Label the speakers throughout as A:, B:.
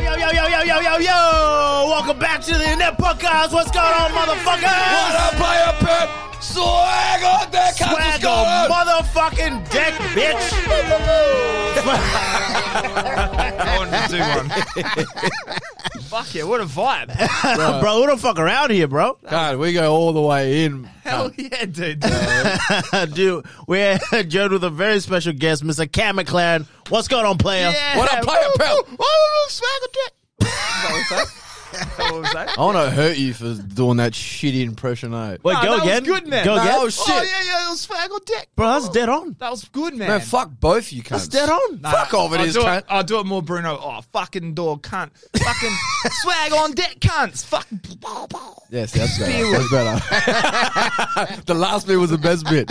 A: Yo, yo, yo, yo, yo, yo, yo! Welcome back to the Net Podcast. What's going on, motherfuckers?
B: What a player, Pep! Swag on deck,
A: Swag a motherfucking deck, bitch!
C: Fuck yeah, what a vibe.
A: bro, we don't fuck around here, bro.
B: God, we go all the way in.
C: Hell yeah, dude.
A: Dude, we're joined with a very special guest, Mr. Cam McLaren. What's going on, player?
C: Yeah.
B: What a player, Pep!
A: Swag a dick.
B: I want to hurt you for doing that shitty impression, eh?
A: Wait,
C: Nah,
A: go
C: Ah, that was
A: again.
C: good, man.
A: Go
C: Nah,
A: again.
B: Oh, shit.
C: yeah, it was swag on deck.
A: Bro, that's dead on.
C: That was good, man.
B: man, fuck both you cunts.
A: That's dead on.
C: Nah,
B: fuck off it
C: I'll
B: is,
C: do
B: cunt.
C: It, I'll do it more, Bruno. Oh, fucking dog, cunt. Fucking swag on deck, cunts. Fuck.
B: Yes, that's better. That's better. the last bit was the best bit.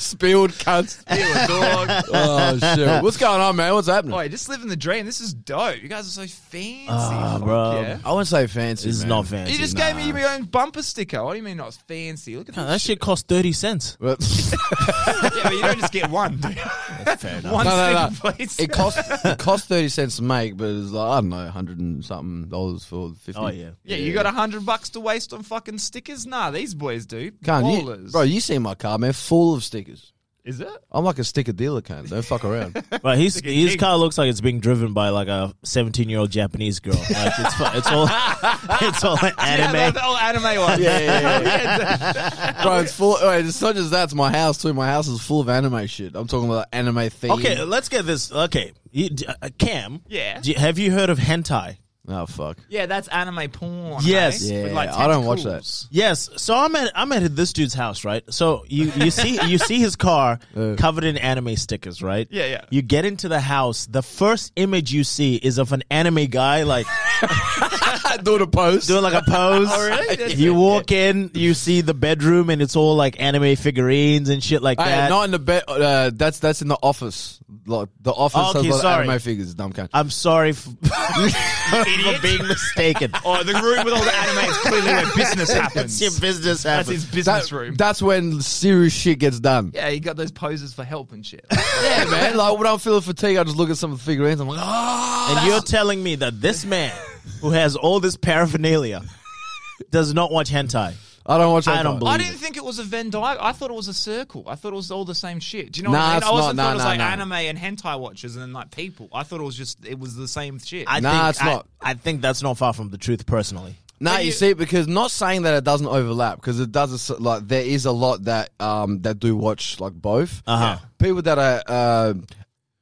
B: Spilled cunts.
C: dog.
B: Oh, shit. What's going on, man? What's happening?
C: Oh, you're just living the dream. This is dope. You guys are so fancy.
A: Ah,
C: Fuck
A: bro.
C: Yeah.
B: I wouldn't say fancy.
A: This is
B: man.
A: not fancy.
C: You just
A: nah.
C: gave me your own bumper sticker. What do you mean not fancy? Look at
D: No,
C: that.
D: that shit costs 30 cents.
B: But-
C: yeah, but you don't just get one, dude.
A: Fair enough.
C: one
B: No, no,
C: sticker,
B: no.
C: please.
B: It cost it cost thirty cents to make, but it was like I don't know, hundred and something dollars for fifty.
A: Oh, yeah.
C: Yeah, you got a hundred bucks to waste on fucking stickers? Nah, these boys do.
B: Can't you,
C: Ballers.
B: bro? You see my car, man, full of stickers.
C: Is it?
B: I'm like a sticker dealer, cunt. Don't fuck around.
D: Right, his his
C: gig.
D: car looks like it's being driven by like a 17 year old Japanese girl. Like it's, fu- it's all it's all
C: Yeah,
D: anime.
C: the, the old anime one. yeah,
B: bro, it's full. Wait, it's not just that. It's my house too. My house is full of anime shit. I'm talking about anime theme.
D: okay, let's get this. Okay, you, d- uh, Cam.
C: Yeah.
D: d- have you heard of hentai?
B: Oh fuck.
C: that's anime porn.
D: Yes.
C: eh?
B: Yeah,
C: With, like,
B: I don't watch that.
C: tentacles.
D: Yes. So I'm at I'm at this dude's house, right? So you you see you see his car covered in anime stickers, right?
C: Yeah, yeah.
D: You get into the house. The first image you see is of an anime guy like
B: Doing a post.
D: doing like a pose.
C: Oh, really? That's
D: You
C: it.
D: walk in, you see the bedroom, and it's all like anime figurines and shit like
B: Hey,
D: that.
B: not in the bed. Uh, that's that's in the office. Like the office
D: Okay,
B: has a lot
D: sorry.
B: of anime figures. Dumb cunt.
D: I'm sorry f- for being mistaken.
C: Oh, the room with all the anime is clearly where business
D: It's
C: happens.
D: your business
C: That's
D: happens.
C: his business
B: That-
C: room.
B: that's when serious shit gets done.
C: yeah, you got those poses for help and shit.
B: Yeah, man. Like when I'm feeling fatigued, I just look at some of the figurines. I'm like, ah.
D: and you're telling me that this man who has all this paraphernalia does not watch hentai.
B: I don't watch.
D: I
B: hentai.
D: don't believe-
C: I didn't think it was a Venn diagram. I thought it was a circle. I thought it was all the same shit. Do you know
B: Nah,
C: what I mean?
B: it's
C: I wasn't
B: not.
C: thought
B: Nah,
C: it was
B: nah,
C: like
B: nah.
C: anime and hentai watchers and then like people. I thought it was just it was the same shit.
D: I
B: Nah,
D: think,
B: it's
D: I-
B: not.
D: I, think that's not far from the truth, personally.
B: No, you, see, because not saying that it doesn't overlap, because it does. s- Like there is a lot that um that do watch like both.
D: Uh-huh.
B: People that are uh,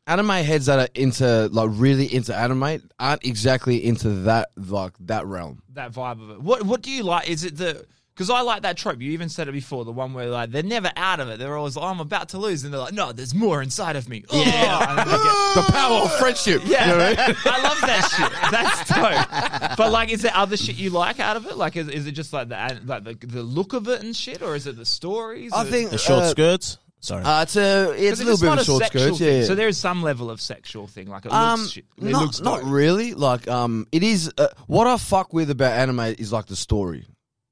B: anime heads that are into like really into anime aren't exactly into that like that realm.
C: that vibe of it. What what do you like? Is it the because I like that trope. You even said it before, the one where like they're never out of it. They're always like, I'm about to lose, and they're like, no, there's more inside of me. Oh, Yeah,
B: The power of friendship.
C: yeah.
B: You know what I mean?
C: I love that shit. That's dope. But like, is there other shit you like out of it? Like, is, is it just like the like the, the look of it and shit, or is it the stories?
B: I
C: Or-
B: think
D: The short
B: uh,
D: skirts. Sorry.
B: Uh, it's a it's
C: 'Cause
B: a little bit
C: not
B: of a short
C: sexual
B: skirts.
C: thing.
B: Yeah.
C: So there is some level of sexual thing. Like it
B: Um,
C: looks shit. It
B: not,
C: looks
B: not
C: dope.
B: really. Like, um, it is. Uh, what I fuck with about anime is like the story.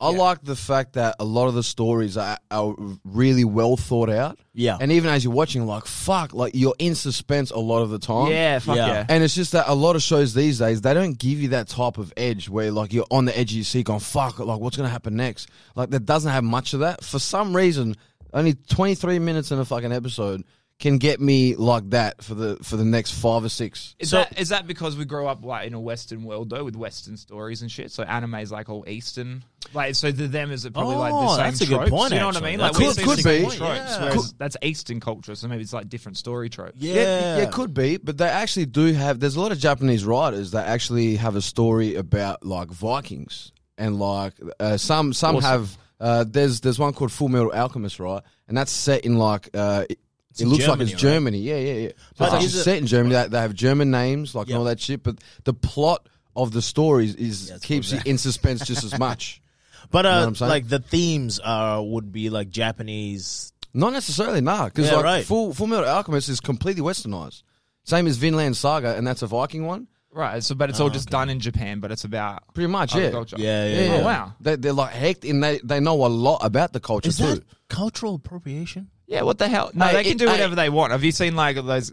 B: I like the fact that a lot of the stories are, are really well thought out.
D: Yeah.
B: And even as you're watching, like, fuck, like you're in suspense a lot of the time.
C: Yeah, fuck
D: Yeah.
C: yeah.
B: And it's just that a lot of shows these days they don't give you that type of edge where like you're on the edge of your seat going fuck like what's gonna happen next like that doesn't have much of that for some reason only 23 minutes in a fucking episode can get me like that for the for the next five or six
C: Is
D: So-
C: that is that because we grow up like in a Western world though, with Western stories and shit? So anime is like all Eastern, like so to them is it probably like the
D: Oh,
C: same
D: that's a good
C: tropes?
D: point,
C: you know what I
D: actually.
C: mean?
D: That's
C: like we
B: a good
C: see
B: point.
C: the
B: Could
C: same
B: be,
C: tropes,
D: yeah.
C: whereas
B: Could-
C: that's Eastern culture, so maybe it's like different story tropes.
B: Yeah, yeah, could be, but they actually do have. There's a lot of Japanese writers that actually have a story about like Vikings and like uh, some some have. Uh, there's there's one called Full Metal Alchemist, right? and that's set in like uh, it, it looks like
D: Germany,
B: it's
D: right?
B: Germany. Yeah, yeah, yeah. So
D: But
B: it's actually
D: is it-
B: set in Germany. They, they have German names, like
D: Yeah.
B: and all that shit. But the plot of the story is, is
D: it's
B: keeps you in suspense just as much.
D: But
B: know what
D: uh,
B: I'm saying?
D: like the themes are would be like Japanese.
B: Not necessarily, nah, because
D: Yeah,
B: like
D: right.
B: Full Full Metal Alchemist is completely westernized. Same as Vinland Saga, and that's a Viking one,
C: Right. So, but it's all just done in Japan, but it's about
B: Ah, pretty much.
C: other
B: yeah.
C: culture.
D: Yeah, yeah.
B: Yeah,
C: Oh,
B: yeah.
C: wow.
B: They, they're like hecked, and they, they know a lot about the culture
D: Is
B: too.
D: that cultural appropriation?
C: Yeah, what the hell? No,
B: Hey,
C: they can
B: it-
C: do
B: hey.
C: whatever they want. Have you seen like those?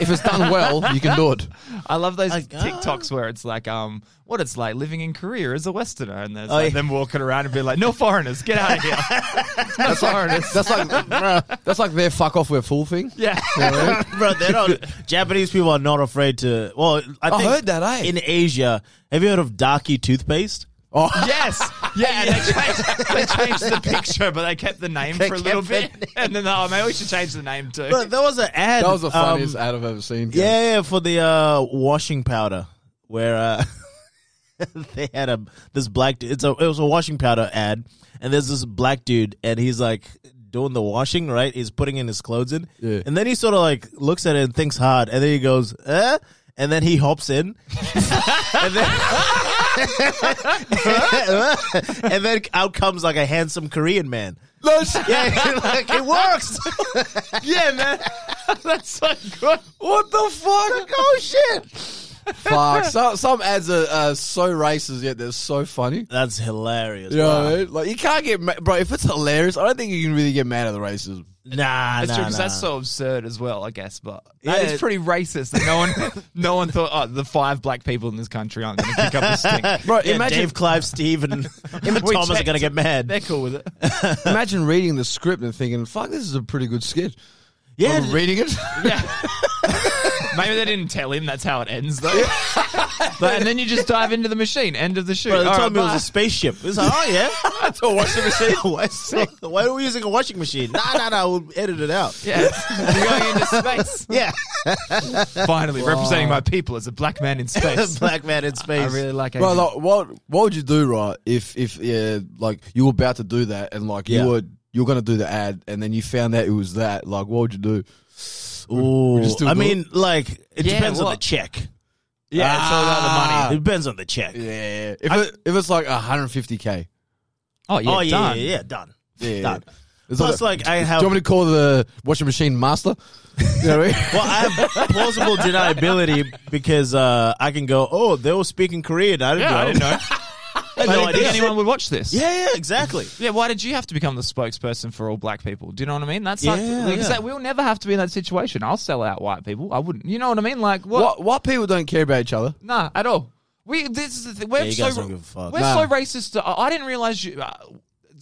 B: If it's done well, you can do it.
C: I love those
D: Like, ah.
C: TikToks where it's like, um, what it's like living in Korea as a Westerner, and there's
D: Oh,
C: like
D: yeah.
C: them walking around and be like, no foreigners, get out of here.
B: That's like that's like that's like their fuck off we're full thing.
C: yeah.
D: Bro, they don't. Japanese people are not afraid to. Well, I,
B: I
D: think
B: heard that, eh?
D: In Asia, have you heard of Daki toothpaste?
B: Oh,
C: Yes. Yeah. And they, changed, they changed the picture, but they kept the name
B: They
C: for a little bit,
B: kept
C: and then oh, maybe we should change the name too.
D: Bro, there was an ad.
B: that was the
D: um,
B: funniest ad I've ever seen. guys.
D: Yeah, yeah, for the uh, washing powder, where uh, they had a this black. du- It's a it was a washing powder ad, and there's this black dude, and he's like doing the washing. Right, he's putting in his clothes in,
B: Yeah.
D: and then he sort of like looks at it and thinks hard, and then he goes, eh? and then he hops in, and then. and then out comes like a handsome Korean man.
B: No shit.
D: Yeah, like it works.
C: yeah, man. That's so good.
B: What the fuck? oh shit! Fuck. Some some ads are uh, so racist yet they're so funny.
D: That's hilarious.
B: You know
D: bro.
B: what I mean? Like you can't get ma- bro. If it's hilarious, I don't think you can really get mad at the racism.
D: Nah,
C: That's
D: nah,
C: true because
D: nah.
C: that's so absurd as well, I guess. But that
D: Yeah.
C: is pretty racist. That no one, no one thought, oh, the five black people in this country aren't going to pick up a stink.
B: Bro,
D: Yeah,
B: imagine
D: Dave, Clive, Steve, and
C: We
D: Thomas are
C: checked.
D: gonna get mad.
C: They're cool with it.
B: imagine reading the script and thinking, "Fuck, this is a pretty good skit."
D: yeah,
C: Oh,
B: I'm reading it.
C: Yeah. Maybe they didn't tell him that's how it ends, though. but, and then you just dive into the machine. End of the shoot.
D: bro, they
C: All
D: told
C: right,
D: me it was
C: bye.
D: a spaceship. It's like, oh yeah, that's a washing machine. why, so- why are we using a washing machine? Nah, nah, nah. We'll edit it out.
C: yeah. You're going into space.
D: Yeah,
C: Finally, representing my people as a black man in space.
D: black man in space.
C: I really like
B: Bro,
C: Asian-
B: like, what what would you do, right? If if yeah, like you were about to do that, and like
D: Yeah.
B: you were you're gonna do the ad, and then you found out it was that. Like, what would you do?
D: Ooh,
B: just do
D: I
B: good.
D: mean, like it
C: Yeah,
D: depends on the
C: what?
D: check. Ah,
C: Yeah, it's all about the money.
D: It depends on the check.
B: Ah. Yeah, if it, if it's like 150k,
C: Oh yeah,
D: oh yeah,
C: done.
D: yeah, yeah, done.
B: yeah.
D: Done.
B: It's
D: Plus, like I
B: do
D: have,
B: you want me to call the washing machine master? You know what I mean?
D: well, I have plausible deniability because uh, I can go. Oh, they were speaking Korean. I didn't
C: Yeah,
D: know.
C: I didn't know.
D: I had
C: I
D: no
C: didn't think
D: idea.
C: anyone would watch this.
D: Yeah, yeah, exactly.
C: Yeah, why did you have to become the spokesperson for all black people? Do you know what I mean? That's like
D: Yeah,
C: because
D: yeah.
C: that- we'll never have to be in that situation. I'll sell out white people. I wouldn't. You know what I mean? Like what?
B: What what people don't care about each other?
C: Nah, at all. We this is the thing. We're
D: you
C: so
D: guys don't give a fuck.
C: we're
B: Nah.
C: so racist. To, I I didn't realize you. Uh,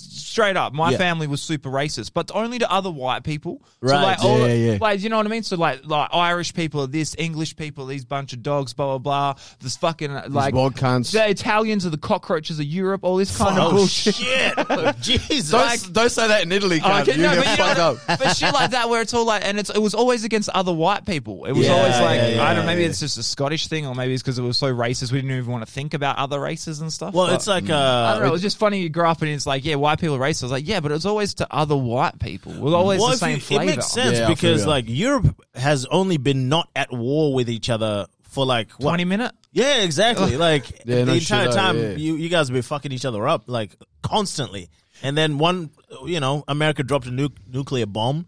C: straight up, my
D: Yeah.
C: family was super racist, but only to other white people.
D: Right,
C: So like, all,
B: yeah, yeah.
C: Like you know what I mean? So like like Irish people are this, English people are these bunch of dogs, blah blah blah. This fucking uh, like
B: wild cunts.
C: The Italians are the cockroaches of Europe. All this kind of
D: oh
C: bullshit.
D: shit! Jesus.
B: Don't, don't say that in Italy,
C: Oh,
B: cunt.
C: okay,
B: you
C: no,
B: get
C: but you
B: fucked
C: know,
B: up.
C: But shit like that, where it's all like, and it's, it was always against other white people. It was
D: Yeah,
C: always like,
D: yeah, yeah,
C: I don't. know, Maybe
D: yeah.
C: it's just a Scottish thing, or maybe it's because it was so racist, we didn't even want to think about other races and stuff.
D: Well,
C: but-
D: it's like uh,
C: I don't know. It was just funny. You grow up and it's like, yeah, white people are racist. I was like, yeah, but it was always to other white people. We're always
D: well,
C: the
D: if
C: same
D: you-
C: flavor.
D: It makes sense
B: Yeah, I
D: because
B: feel ya.
D: like Europe has only been not at war with each other for like what?
C: Twenty minute.
D: Yeah, exactly. Like the
B: Yeah, no shit,
D: entire
B: oh,
D: time,
B: yeah.
D: you you guys have been fucking each other up like constantly, and then one, you know, America dropped a nu- nuclear bomb.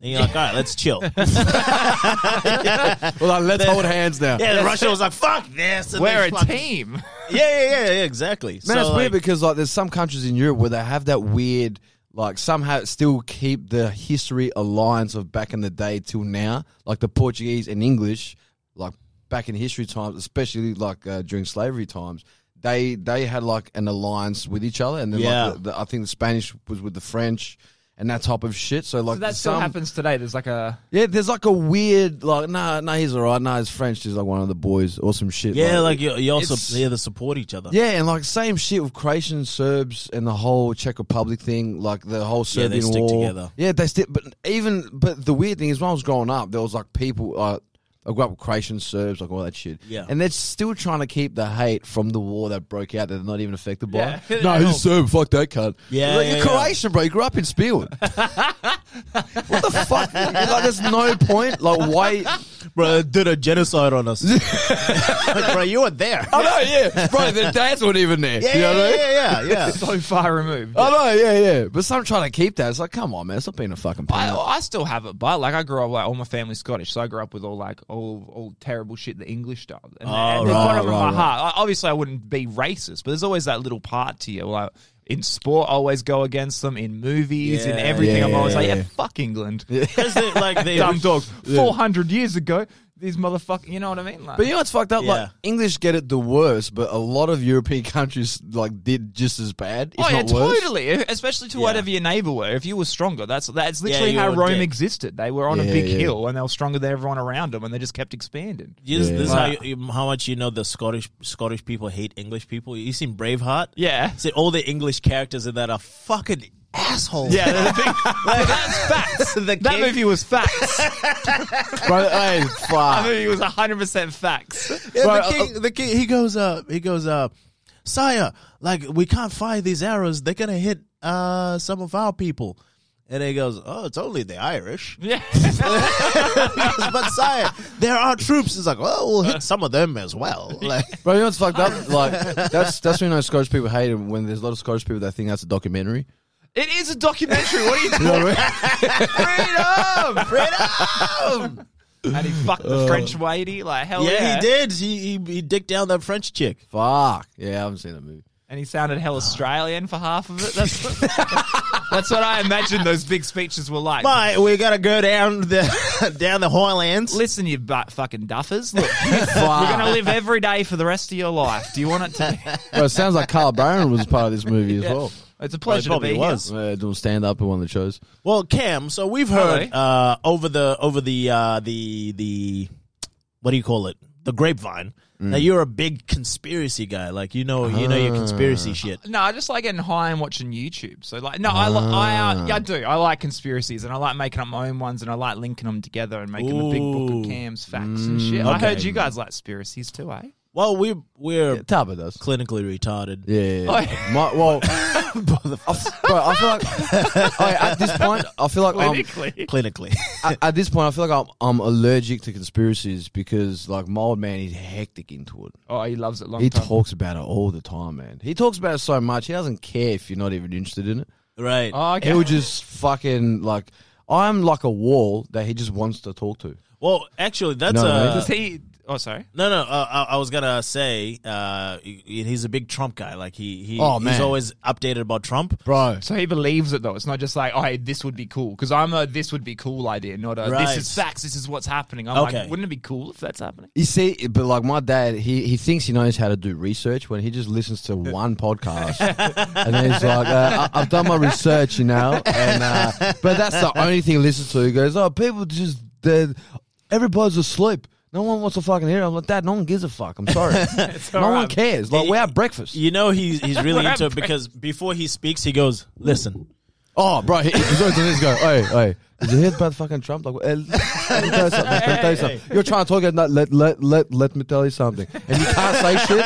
D: And you're like, all right, let's chill. yeah,
B: Well, like, let's hold hands now.
D: and Russia was like, fuck this. and
C: We're
D: they
C: a
D: fucking-
C: team.
D: Yeah, yeah, yeah, yeah, exactly.
B: Man,
D: so,
B: it's
D: like,
B: weird because like there's some countries in Europe where they have that weird like somehow it still keep the history alliance of back in the day till now, like the Portuguese and English, like back in history times, especially like uh, during slavery times. They they had like an alliance with each other, and then
D: Yeah.
B: like the, the, I think the Spanish was with the French and that type of shit. So like
C: So that still
B: some,
C: happens today. There's like a
B: yeah, there's like a weird like nah nah he's alright nah he's French he's like one of the boys or some shit
D: Yeah, like you, you also
B: It's-
D: yeah, they support each other.
B: yeah, and like same shit with Croatian Serbs and the whole Czech Republic thing, like the whole
D: Yeah,
B: Serbian
D: they stick
B: war.
D: together.
B: Yeah, they stick. But even but the weird thing is, when I was growing up, there was like people. Uh, I grew up with Croatian Serbs, like all that shit.
D: Yeah.
B: And they're still trying to keep the hate from the war that broke out that they're not even affected by.
C: Yeah.
B: No, he's Serb. Fuck that cunt.
D: Yeah,
B: Like,
D: yeah, yeah.
B: you're Croatian, bro. You grew up in Spiel. what the fuck? like, there's no point. Like, why?
D: Bro, did a genocide on us.
A: bro, you were there.
B: I know, yeah. Bro, their dads weren't even there.
A: Yeah,
B: you know
A: yeah,
B: what I mean?
A: yeah, yeah, yeah.
C: so far
D: Oh,
C: removed.
B: I know, Oh, yeah, yeah. But some trying to keep that. It's like, come on, man. Stop being a fucking pain.
C: I, I still have it, but like I grew up like all my family's Scottish, so I grew up with all like all all terrible shit the English does, and, and the
D: Oh, right,
C: bottom
D: right,
C: of my
D: right.
C: heart. I, obviously, I wouldn't be racist, but there's always that little part to you. Like in sport, I always go against them. In movies, in
D: Yeah,
C: everything,
B: yeah,
C: I'm always like,
B: yeah.
C: yeah, fuck England,
D: Because they, like, they,
C: dumb dogs. Four hundred years ago, these motherfucking, you know what I mean? Like,
B: But you know what's fucked up?
D: Yeah.
B: Like English get it the worst, but a lot of European countries like did just as bad, if
C: Oh yeah,
B: not worse.
C: totally. Especially to
D: Yeah.
C: whatever your neighbor were. If you were stronger, that's that's literally
D: you
C: how
D: were a
C: Rome
D: dick.
C: existed. They were on
B: Yeah,
C: a big
B: yeah.
C: hill and they were stronger than everyone around them, and they just kept expanding.
D: You just-
B: Yeah.
D: This is how, you, how much you know the Scottish Scottish people hate English people. You seen Braveheart?
C: Yeah.
D: See, all the English characters in that are fucking assholes.
C: Yeah, they're the big, that's facts. that
D: king-
C: movie was facts.
B: Bro, hey,
C: that
B: fuck.
C: movie was hundred percent facts.
D: Yeah,
B: Right,
D: the, king, the king, he goes up. He goes up. Sire, like we can't fire these arrows. They're gonna hit uh, some of our people. And he goes, "Oh, it's only the Irish."
C: Yeah,
D: He goes, but sire, there are troops. He's like, "Well, we'll
C: Uh.
D: hit some of them as well." Like,
B: Bro, you know what's fucked up? Like that's that's when you know Scottish people hate it when there's a lot of Scottish people that think that's a documentary.
C: it is a documentary. What are you
B: You
C: doing?
B: know what I
C: Freedom, freedom. And he fucked the French lady. Like hell Oh. yeah,
D: he did. He, he he dicked down that French chick.
B: mean? fuck. Yeah, I haven't seen that movie.
C: And he sounded hell Australian for half of it. That's that's what I imagine those big speeches were like.
D: But we gotta go down the down the highlands.
C: Listen, you butt fucking duffers. Look,
B: Fuck.
C: we're going to live every day for the rest of your life. Do you want it to be?
B: Bro, it sounds like Carl Barron was part of this movie as well.
C: It's a pleasure to
D: probably
C: be
D: was.
B: Uh, doing stand up at one of the shows.
D: Well, Cam, so we've heard
C: Hello.
D: uh, over the over the uh, the the what do you call it? The grapevine.
B: Mm.
D: Now you're a big conspiracy guy. Like you know you know your
B: Ah.
D: conspiracy shit.
C: here. No, I just like getting high and watching YouTube. So, like, no, I, li- I,
D: Ah.
C: uh, yeah, I do. I like conspiracies and I like making up my own ones and I like linking them together and making a big
D: Ooh.
C: book
D: Mm,
C: of Cam's facts and shit. I
D: okay.
C: heard you guys like conspiracies too, eh?
D: Well, we we're
B: Tabba does.
D: clinically retarded.
B: Yeah. yeah, yeah. My, well, bro, I feel like I, at this point, I feel like
C: Um,
B: I'm,
C: Clinically.
D: Clinically.
B: at, at this point, I feel like I'm, I'm allergic to conspiracies because, like, my old man, he's hectic into it.
C: oh, he loves it long
B: He
C: time.
B: talks about it all the time, man. He talks about it so much, he doesn't care if you're not even interested in it.
D: right.
C: oh, okay.
B: He would just fucking, like, I'm like a wall that he just wants to talk to.
D: well, actually, that's a.
B: No, no,
C: Does he. Oh, sorry.
D: No, no. Uh, I, I was gonna say uh, he- he's a big Trump guy. Like he, he
B: Oh,
D: he's
B: man.
D: always updated about Trump.
B: Bro.
C: So he believes it though. It's not just like, oh, hey, this would be cool. Because I'm a this would be cool idea, not a
D: Right.
C: this is facts, this is what's happening. I'm
D: Okay.
C: like, wouldn't it be cool if that's happening?
B: You see, but like my dad, he, he thinks he knows how to do research when he just listens to one podcast, and then he's like, uh, I, "I've done my research, you know." And uh, but that's the only thing he listens to. He goes, "Oh, people just they're, everybody's asleep. No one wants to fucking hear." It. I'm like, "Dad, no one gives a fuck. I'm sorry, no
C: all
B: one
C: right.
B: cares. Like we're at breakfast.
D: You know he's he's really
C: We're
D: into it
C: at-
D: because before he speaks, he goes, "Listen,
B: Oh, bro, he, he's always doing this. Go, hey, hey." Did you hear about fucking Trump? Like, eh, let me tell you something. Let me tell you something. You're trying to talk about let let let let me tell you something, and you can't say shit.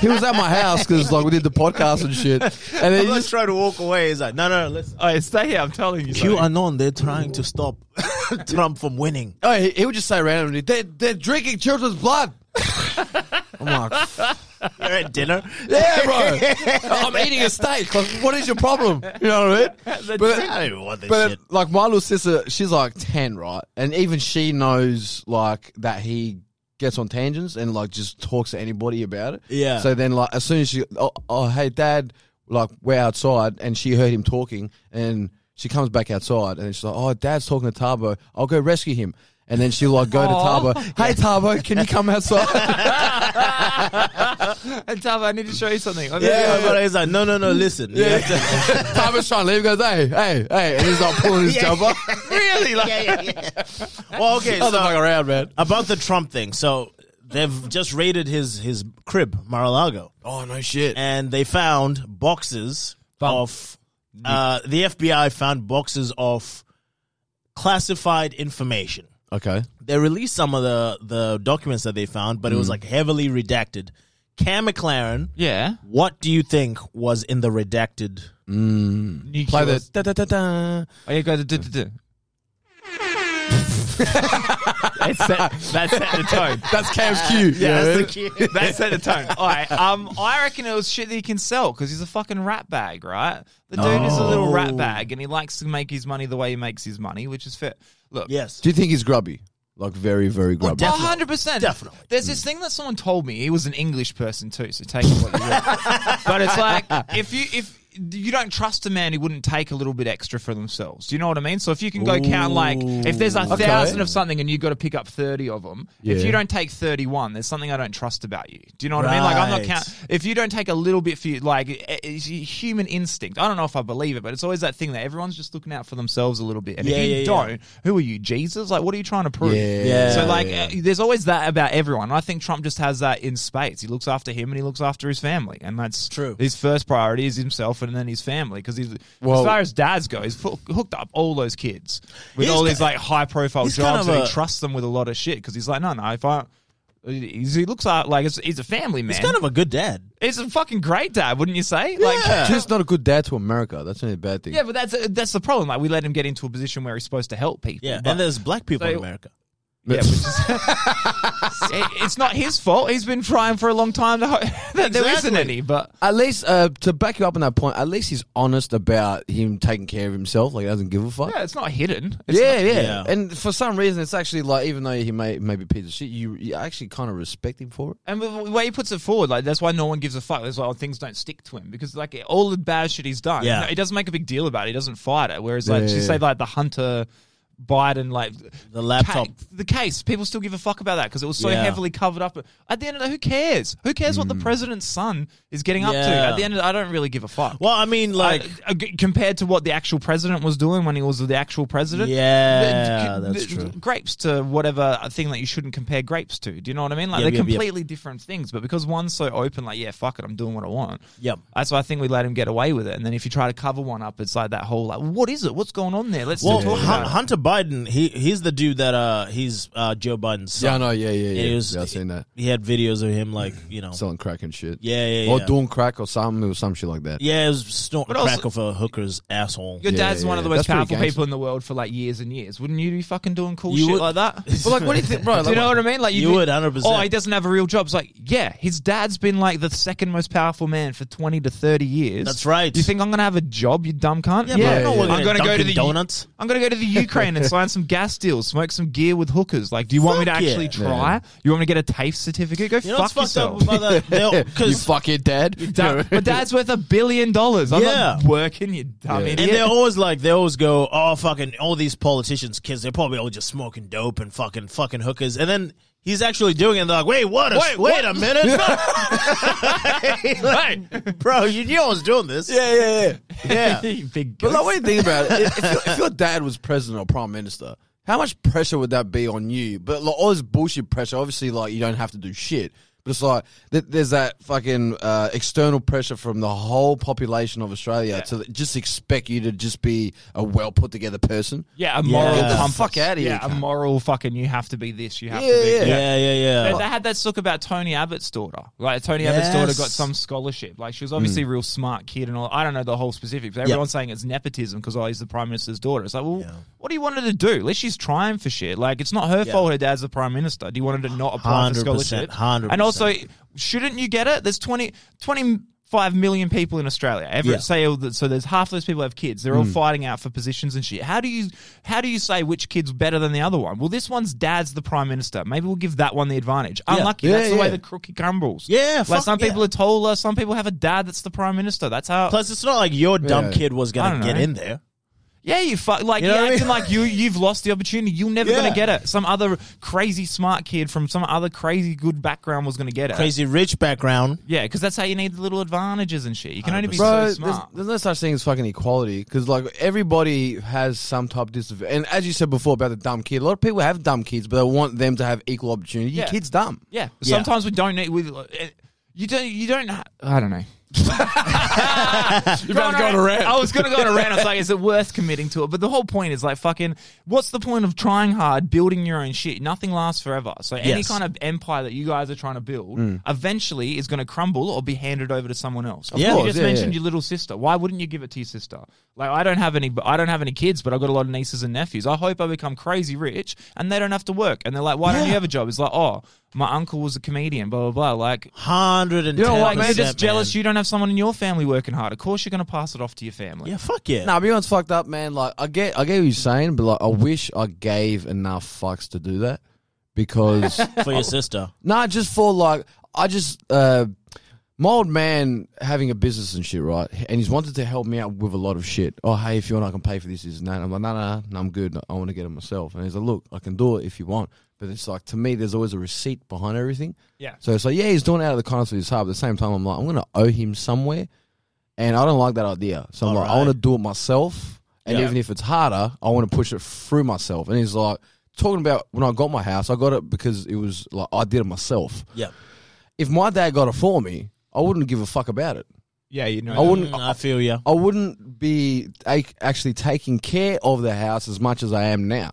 B: He was at my house because like we did the podcast and shit, and then
D: I'm
B: he
D: not
B: just
D: trying to walk away." He's like, "No, no, listen."
C: Oh, stay here, I'm telling you.
D: QAnon, they're trying to stop Trump from winning.
B: oh, he, he would just say randomly, "They're they're drinking children's blood." I'm like,
D: You're at dinner.
B: yeah, bro. I'm eating a steak. Like, what is your problem? You know what I mean? But,
D: I don't even want this
B: But
D: shit.
B: like my little sister, she's like ten, right? And even she knows like that he gets on tangents and like just talks to anybody about it.
D: Yeah.
B: So then like as soon as she, oh, oh hey dad, like we're outside, and she heard him talking, and she comes back outside, and she's like, oh dad's talking to Tabo, I'll go rescue him. And then she like go to
C: Aw.
B: Tabo. Hey Tabo, can you come outside?
C: And Tava, I need to show you something. I mean,
D: yeah, but he's like, "No, no, no, listen." You have to-
B: Tabo's trying to leave. Goes hey hey hey, and he's like pulling his jumper.
C: Really? Like,
D: Well, okay.
B: Other
D: So
B: fuck around, man.
D: about the Trump thing, so they've just raided his his crib, Mar-a-Lago,
B: Oh no shit.
D: and they found boxes of. Uh, the FBI found boxes of classified information.
B: Okay.
D: they released some of the the documents that they found, but it
C: Mm.
D: was like heavily redacted. Cam McLaren,
C: Yeah.
D: what do you think was in the redacted?
B: Play
C: Nucleus-
B: the da da da da.
C: Oh, yeah, go to do, do, do. that, set, that set the tone.
B: That's Cam's cue.
D: that's the
C: That set the tone. All right. Um, I reckon it was shit that he can sell because he's a fucking rat bag, right? The dude is a little rat bag and he likes to make his money the way he makes his money, which is fair. Look,
D: Yes,
B: Do you think he's grubby? Like very, very grubby.
D: def- Definitely.
C: hundred percent,
D: Definitely.
C: There's this thing that someone told me. He was an English person too, so take it what you will. but it's like if you if you don't trust a man who wouldn't take a little bit extra for themselves. Do you know what I mean? So if you can go count like if there's a
B: Okay.
C: thousand of something and you got to pick up thirty of them,
B: Yeah.
C: if you don't take thirty one, there's something I don't trust about you. Do you know what I mean? Like I'm not
D: Right.
C: count. If you don't take a little bit for you, like it- it's human instinct. I don't know if I believe it, but it's always that thing that everyone's just looking out for themselves a little bit. And
D: Yeah,
C: if you
D: yeah, yeah.
C: don't, who are you, Jesus? Like what are you trying to prove?
B: Yeah.
C: So like
D: Yeah.
C: uh, there's always that about everyone. I think Trump just has that in spades. He looks after him and he looks after his family, and that's
D: True.
C: His first priority is himself and then his family because he's
B: Well-
C: as far as dads go, he's fo- hooked up all those kids with
D: He's
C: all
D: ki-
C: these like high profile
D: he's
C: jobs,
D: kind of
C: and
D: a-
C: he trusts them with a lot of shit because he's like, no, no, if I. He's, he looks like, like he's- he's a family man.
D: he's kind of a good dad.
C: he's a fucking great dad, wouldn't you say? Yeah. Like,
B: Just not a good dad to America. That's only a bad thing.
C: yeah, but that's that's the problem. Like, we let him get into a position where he's supposed to help people.
D: Yeah,
C: but-
D: and there's black people in
C: So-
D: America.
C: Yeah, which is, It- it's not his fault. He's been trying for a long time to ho- that there isn't
D: Exactly.
C: any. But
B: At least uh, to back you up on that point, at least he's honest about him taking care of himself. Like he doesn't give a fuck.
C: yeah, it's not hidden. It's
B: Yeah, yeah,
D: Yeah.
B: And for some reason, it's actually like even though he may maybe piece of shit, you, you actually kind of respect him for it.
C: And the the way he puts it forward, like that's why no one gives a fuck. That's why things don't stick to him because like all the bad shit he's done,
D: Yeah.
C: no, he doesn't make a big deal about it. He doesn't fight it. Whereas like
B: Yeah,
C: she
B: yeah,
C: say
B: yeah.
C: like the Hunter Biden like
D: The laptop.
C: ca- the case, people still give a fuck about that because it was so
D: Yeah. Mm.
C: heavily covered up. But at the end of the, who cares? Who cares what the president's son is getting up to?
D: Yeah.
C: At the end, of the, I don't really give a fuck.
D: Well, I mean, like,
C: Uh, uh, g- compared to what the actual president was doing when he was the actual president.
D: Yeah, that's true.
C: Grapes to whatever thing that you shouldn't compare grapes to. Do you know what I mean? Like
D: Yep,
C: they're
D: yep, yep.
C: completely different things, but because one's so open, like yeah, fuck it, I'm doing what I want.
D: Yep.
C: That's why I think we let him get away with it. And then if you try to cover one up, it's like that whole like, what is it? What's going on there? Let's
D: well,
C: talk
D: Hun-
C: about. it.
D: Hunter Biden, he he's the dude that uh he's uh Joe Biden's son.
B: Yeah, I know. Yeah, yeah, yeah.
D: And he was-
B: yeah I've seen that.
D: He had videos of him, like you know,
B: Selling crack and shit.
D: yeah, yeah, yeah.
B: Or doing crack or something or some shit like that.
D: yeah, it was snorting
C: But also-
D: crack off a hooker's asshole.
C: Your
B: Yeah,
C: dad's
B: yeah,
C: one of the
B: yeah.
C: most
B: That's pretty
C: powerful
B: gangster.
C: people in the world for like years and years. Wouldn't you be fucking doing cool
D: You
C: shit
D: would-
C: like that?
B: But like, what do you think, bro?
C: Do you
B: Like,
C: know what I mean? Like
D: You
C: do-
D: would, 100%.
C: Oh, he doesn't have a real job. It's like, yeah, his dad's been like the second most powerful man for twenty to thirty years.
D: That's right.
C: You think I'm gonna have a job, you dumb cunt?
D: Yeah, but I'm not working
C: I'm
D: at
C: gonna go to
D: Dunkin'
C: the
D: Donuts.
C: I'm gonna go to the Ukraine and sign some gas deals, smoke some gear with hookers. Like, do you want me to
D: Fuck yeah.
C: actually try? You want me to get a TAFE certificate? Go
D: You know
C: fuck
D: what's fucked up
C: yourself.
D: about that? They'll-
B: you
D: 'cause-
B: fuck it, dad.
C: Dad, my dad's worth a billion dollars. I'm
D: Yeah.
C: not working, you dumb
B: Yeah.
C: idiot.
D: And they're always like, they always go, oh, fucking, all these politicians' kids, they're probably all just smoking dope and fucking, fucking hookers. And then he's actually doing it. And they're like, wait, what? A, wait, wait a minute. Like, bro, you knew I was doing this.
B: yeah, yeah, yeah.
D: Yeah.
C: You big
B: But
C: goose.
B: like, what do you think about it? If, if your, if your dad was president or prime minister, how much pressure would that be on you? But like, all this bullshit pressure, obviously, like you don't have to do shit. But it's like th- there's that fucking uh, external pressure from the whole population of Australia to just expect you to just be a well put together person.
C: yeah, a moral
D: Get the
C: compass.
B: fuck outta here,
C: Yeah, a
B: cunt.
C: moral fucking. You have to be this. You have
B: Yeah,
C: to be.
B: yeah.
C: that.
D: Yeah, yeah, yeah.
C: They, they had that look about Tony Abbott's daughter. Like Tony
D: Yes.
C: Abbott's daughter got some scholarship. Like she was obviously
B: Mm.
C: a real smart kid and all. I don't know the whole specifics. Everyone's saying it's nepotism because oh he's the prime minister's daughter. It's like well, what do you want her to do? At least she's trying for shit. Like it's not her fault her dad's the prime minister. Do you want her to not apply for
D: 100%,
C: scholarship?
D: 100%.
C: And also, shouldn't you get it? There's 20, 25 million people in Australia. Every,
D: Yeah.
C: say all the, so there's half those people have kids.
D: Hmm.
C: They're all fighting out for positions and shit. How do you how do you say which kid's better than the other one? Well, this one's dad's the prime minister. Maybe we'll give that one the advantage. Unlucky.
B: Yeah,
C: that's the way
B: yeah.
C: the crookie crumbles.
D: Yeah,
C: like
D: fuck
C: some people
D: yeah.
C: are taller. Some people have a dad that's the prime minister. That's how.
D: Plus, it's not like your dumb
B: Yeah.
D: kid was
C: I
D: going
C: don't
D: to get
C: know.
D: in there.
C: yeah, you fuck. Like
D: You
C: you
D: know what I mean?
C: acting like you you've lost the opportunity. You're never
D: Yeah.
C: gonna get it. Some other crazy smart kid from some other crazy good background was gonna get it.
D: Crazy rich background.
C: Yeah, because that's how you need the little advantages and shit. You can only be
B: Bro,
C: so
B: there's,
C: smart.
B: there's no such thing as fucking equality because like everybody has some type of disadvantage. And as you said before about the dumb kid, a lot of people have dumb kids, but they want them to have equal opportunity. Your
C: Yeah.
B: kid's dumb.
C: Yeah.
D: Yeah.
C: eh, Sometimes we don't need. We, you don't. You don't. ha- I don't know.
B: You're about to go on a rant.
C: I was going to go on a rant. I was like, is it worth committing to it? But the whole point is like, fucking, what's the point of trying hard, building your own shit? Nothing lasts forever. So any
D: Yes.
C: kind of empire that you guys are trying to build eventually is going to crumble or be handed over to someone else.
D: Yeah.
C: you
D: course,
C: just
B: yeah,
C: mentioned
B: yeah.
C: your little sister. Why wouldn't you give it to your sister? Like, I don't have any, I don't have any kids, but I've got a lot of nieces and nephews. I hope I become crazy rich and they don't have to work. And they're like, why don't you have a job? It's like, oh, my uncle was a comedian, blah blah blah. Like,
D: Hundred and
C: you
D: ten.
C: know what? You're just jealous. You don't have someone in your family working hard. Of course, you're going to pass it off to your family.
D: yeah, fuck yeah.
B: Nah, but you know what's fucked up, man. Like I get, I get what you're saying, but like I wish I gave enough fucks to do that because
D: For your sister.
B: nah, just for like I just uh, my old man having a business and shit, right? And he's wanted to help me out with a lot of shit. Oh, hey, if you want, I can pay for this, this and that. I'm like, no, no, no, I'm good. I want to get it myself. And he's like, look, I can do it if you want, but it's like to me, there's always a receipt behind everything.
C: Yeah.
B: So it's like, yeah, he's doing it out of the kindness of his heart. But at the same time, I'm like, I'm gonna owe him somewhere, and I don't like that idea. So I'm like, I
D: Alright.
B: want to do it myself, and
D: Yeah.
B: even if it's harder, I want to push it through myself. And he's like, talking about when I got my house, I got it because it was like I did it myself.
D: Yeah.
B: If my dad got it for me, I wouldn't give a fuck about it.
C: yeah, you know.
B: I wouldn't.
D: Mm, I feel you.
B: I wouldn't be ac- actually taking care of the house as much as I am now.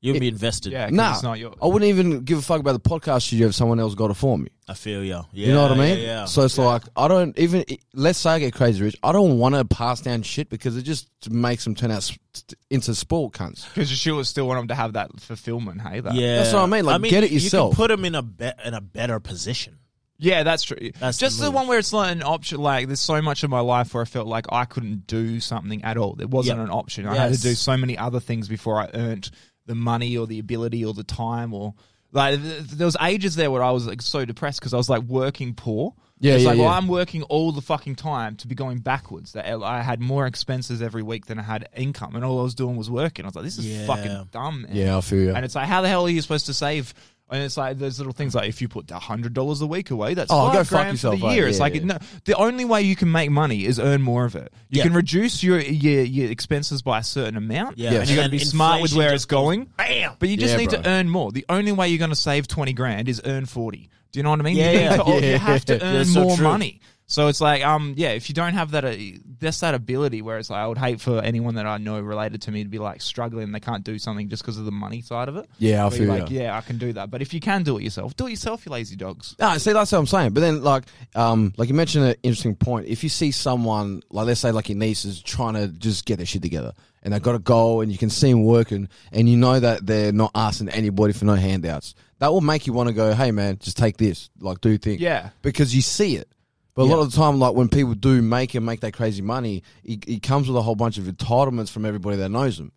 D: You'd be invested.
C: Yeah, 'cause
B: Nah,
C: it's not your.
B: I wouldn't even give a fuck about the podcast studio if someone else got it for me.
D: I feel you. Yeah,
B: you know what I mean?
D: Yeah. yeah.
B: So it's like I don't even. Let's say I get crazy rich. I don't want to pass down shit because it just makes them turn out s- t- into spoiled cunts.
C: Because you sure would still want them to have that fulfillment, hey? That.
D: yeah,
B: That's what I mean, like, get it yourself.
D: You can put them in a be- in a better position.
C: Yeah, that's true.
D: That's
C: Just
D: the
C: the,
D: move.
C: one where it's not an option. Like, there's so much of my life where I felt like I couldn't do something at all. It wasn't
D: Yep.
C: an option. I had to
D: Yes.
C: do so many other things before I earned the money or the ability or the time or. Like th- there was ages there where I was like so depressed because I was like working poor.
B: Yeah,
C: it's
B: yeah,
C: like
B: yeah.
C: well I'm working all the fucking time to be going backwards. That I had more expenses every week than I had income, and all I was doing was working. I was like, this is
D: Yeah.
C: fucking dumb. man.
B: Yeah, I feel you.
C: And it's like, how the hell are you supposed to save? And it's like there's little things like if you put hundred dollars a week away, that's
B: Oh,
C: five
B: go fuck
C: grand
B: yourself,
C: for the
B: right?
C: year. it's
B: Yeah,
C: like
B: yeah.
C: no, the only way you can make money is earn more of it. You
D: Yeah.
C: can reduce your, your your expenses by a certain amount.
D: Yeah.
C: and you got to
D: And
C: be smart with
D: inflation
C: where
D: just
C: it's going.
D: Bam.
C: But you just
B: Yeah,
C: need to
B: bro.
C: earn more. The only way you're going to save twenty grand is earn forty. Do you know what I mean?
D: Yeah,
C: you,
D: yeah.
C: need to- you have to
B: Yeah,
C: earn
D: so
C: more
D: true.
C: money. So it's like, um, yeah, if you don't have that, uh, that's that ability where it's like, I would hate for anyone that I know related to me to be like struggling and they can't do something just because of the money side of it.
B: Yeah, I
C: Where you're
B: feel
C: like,
B: ya.
C: yeah, I can do that. But if you can do it yourself, do it yourself, you lazy dogs.
B: No, see, that's what I'm saying. But then, like, um, like you mentioned an interesting point. If you see someone, like, let's say, like your niece is trying to just get their shit together, and they've got a goal, and you can see them working, and you know that they're not asking anybody for no handouts, that will make you want to go, "Hey, man, just take this, like, do things."
C: Yeah.
B: because you see it. But a lot of the time, like when people do make and make that crazy money, it, it comes with a whole bunch of entitlements from everybody that knows them.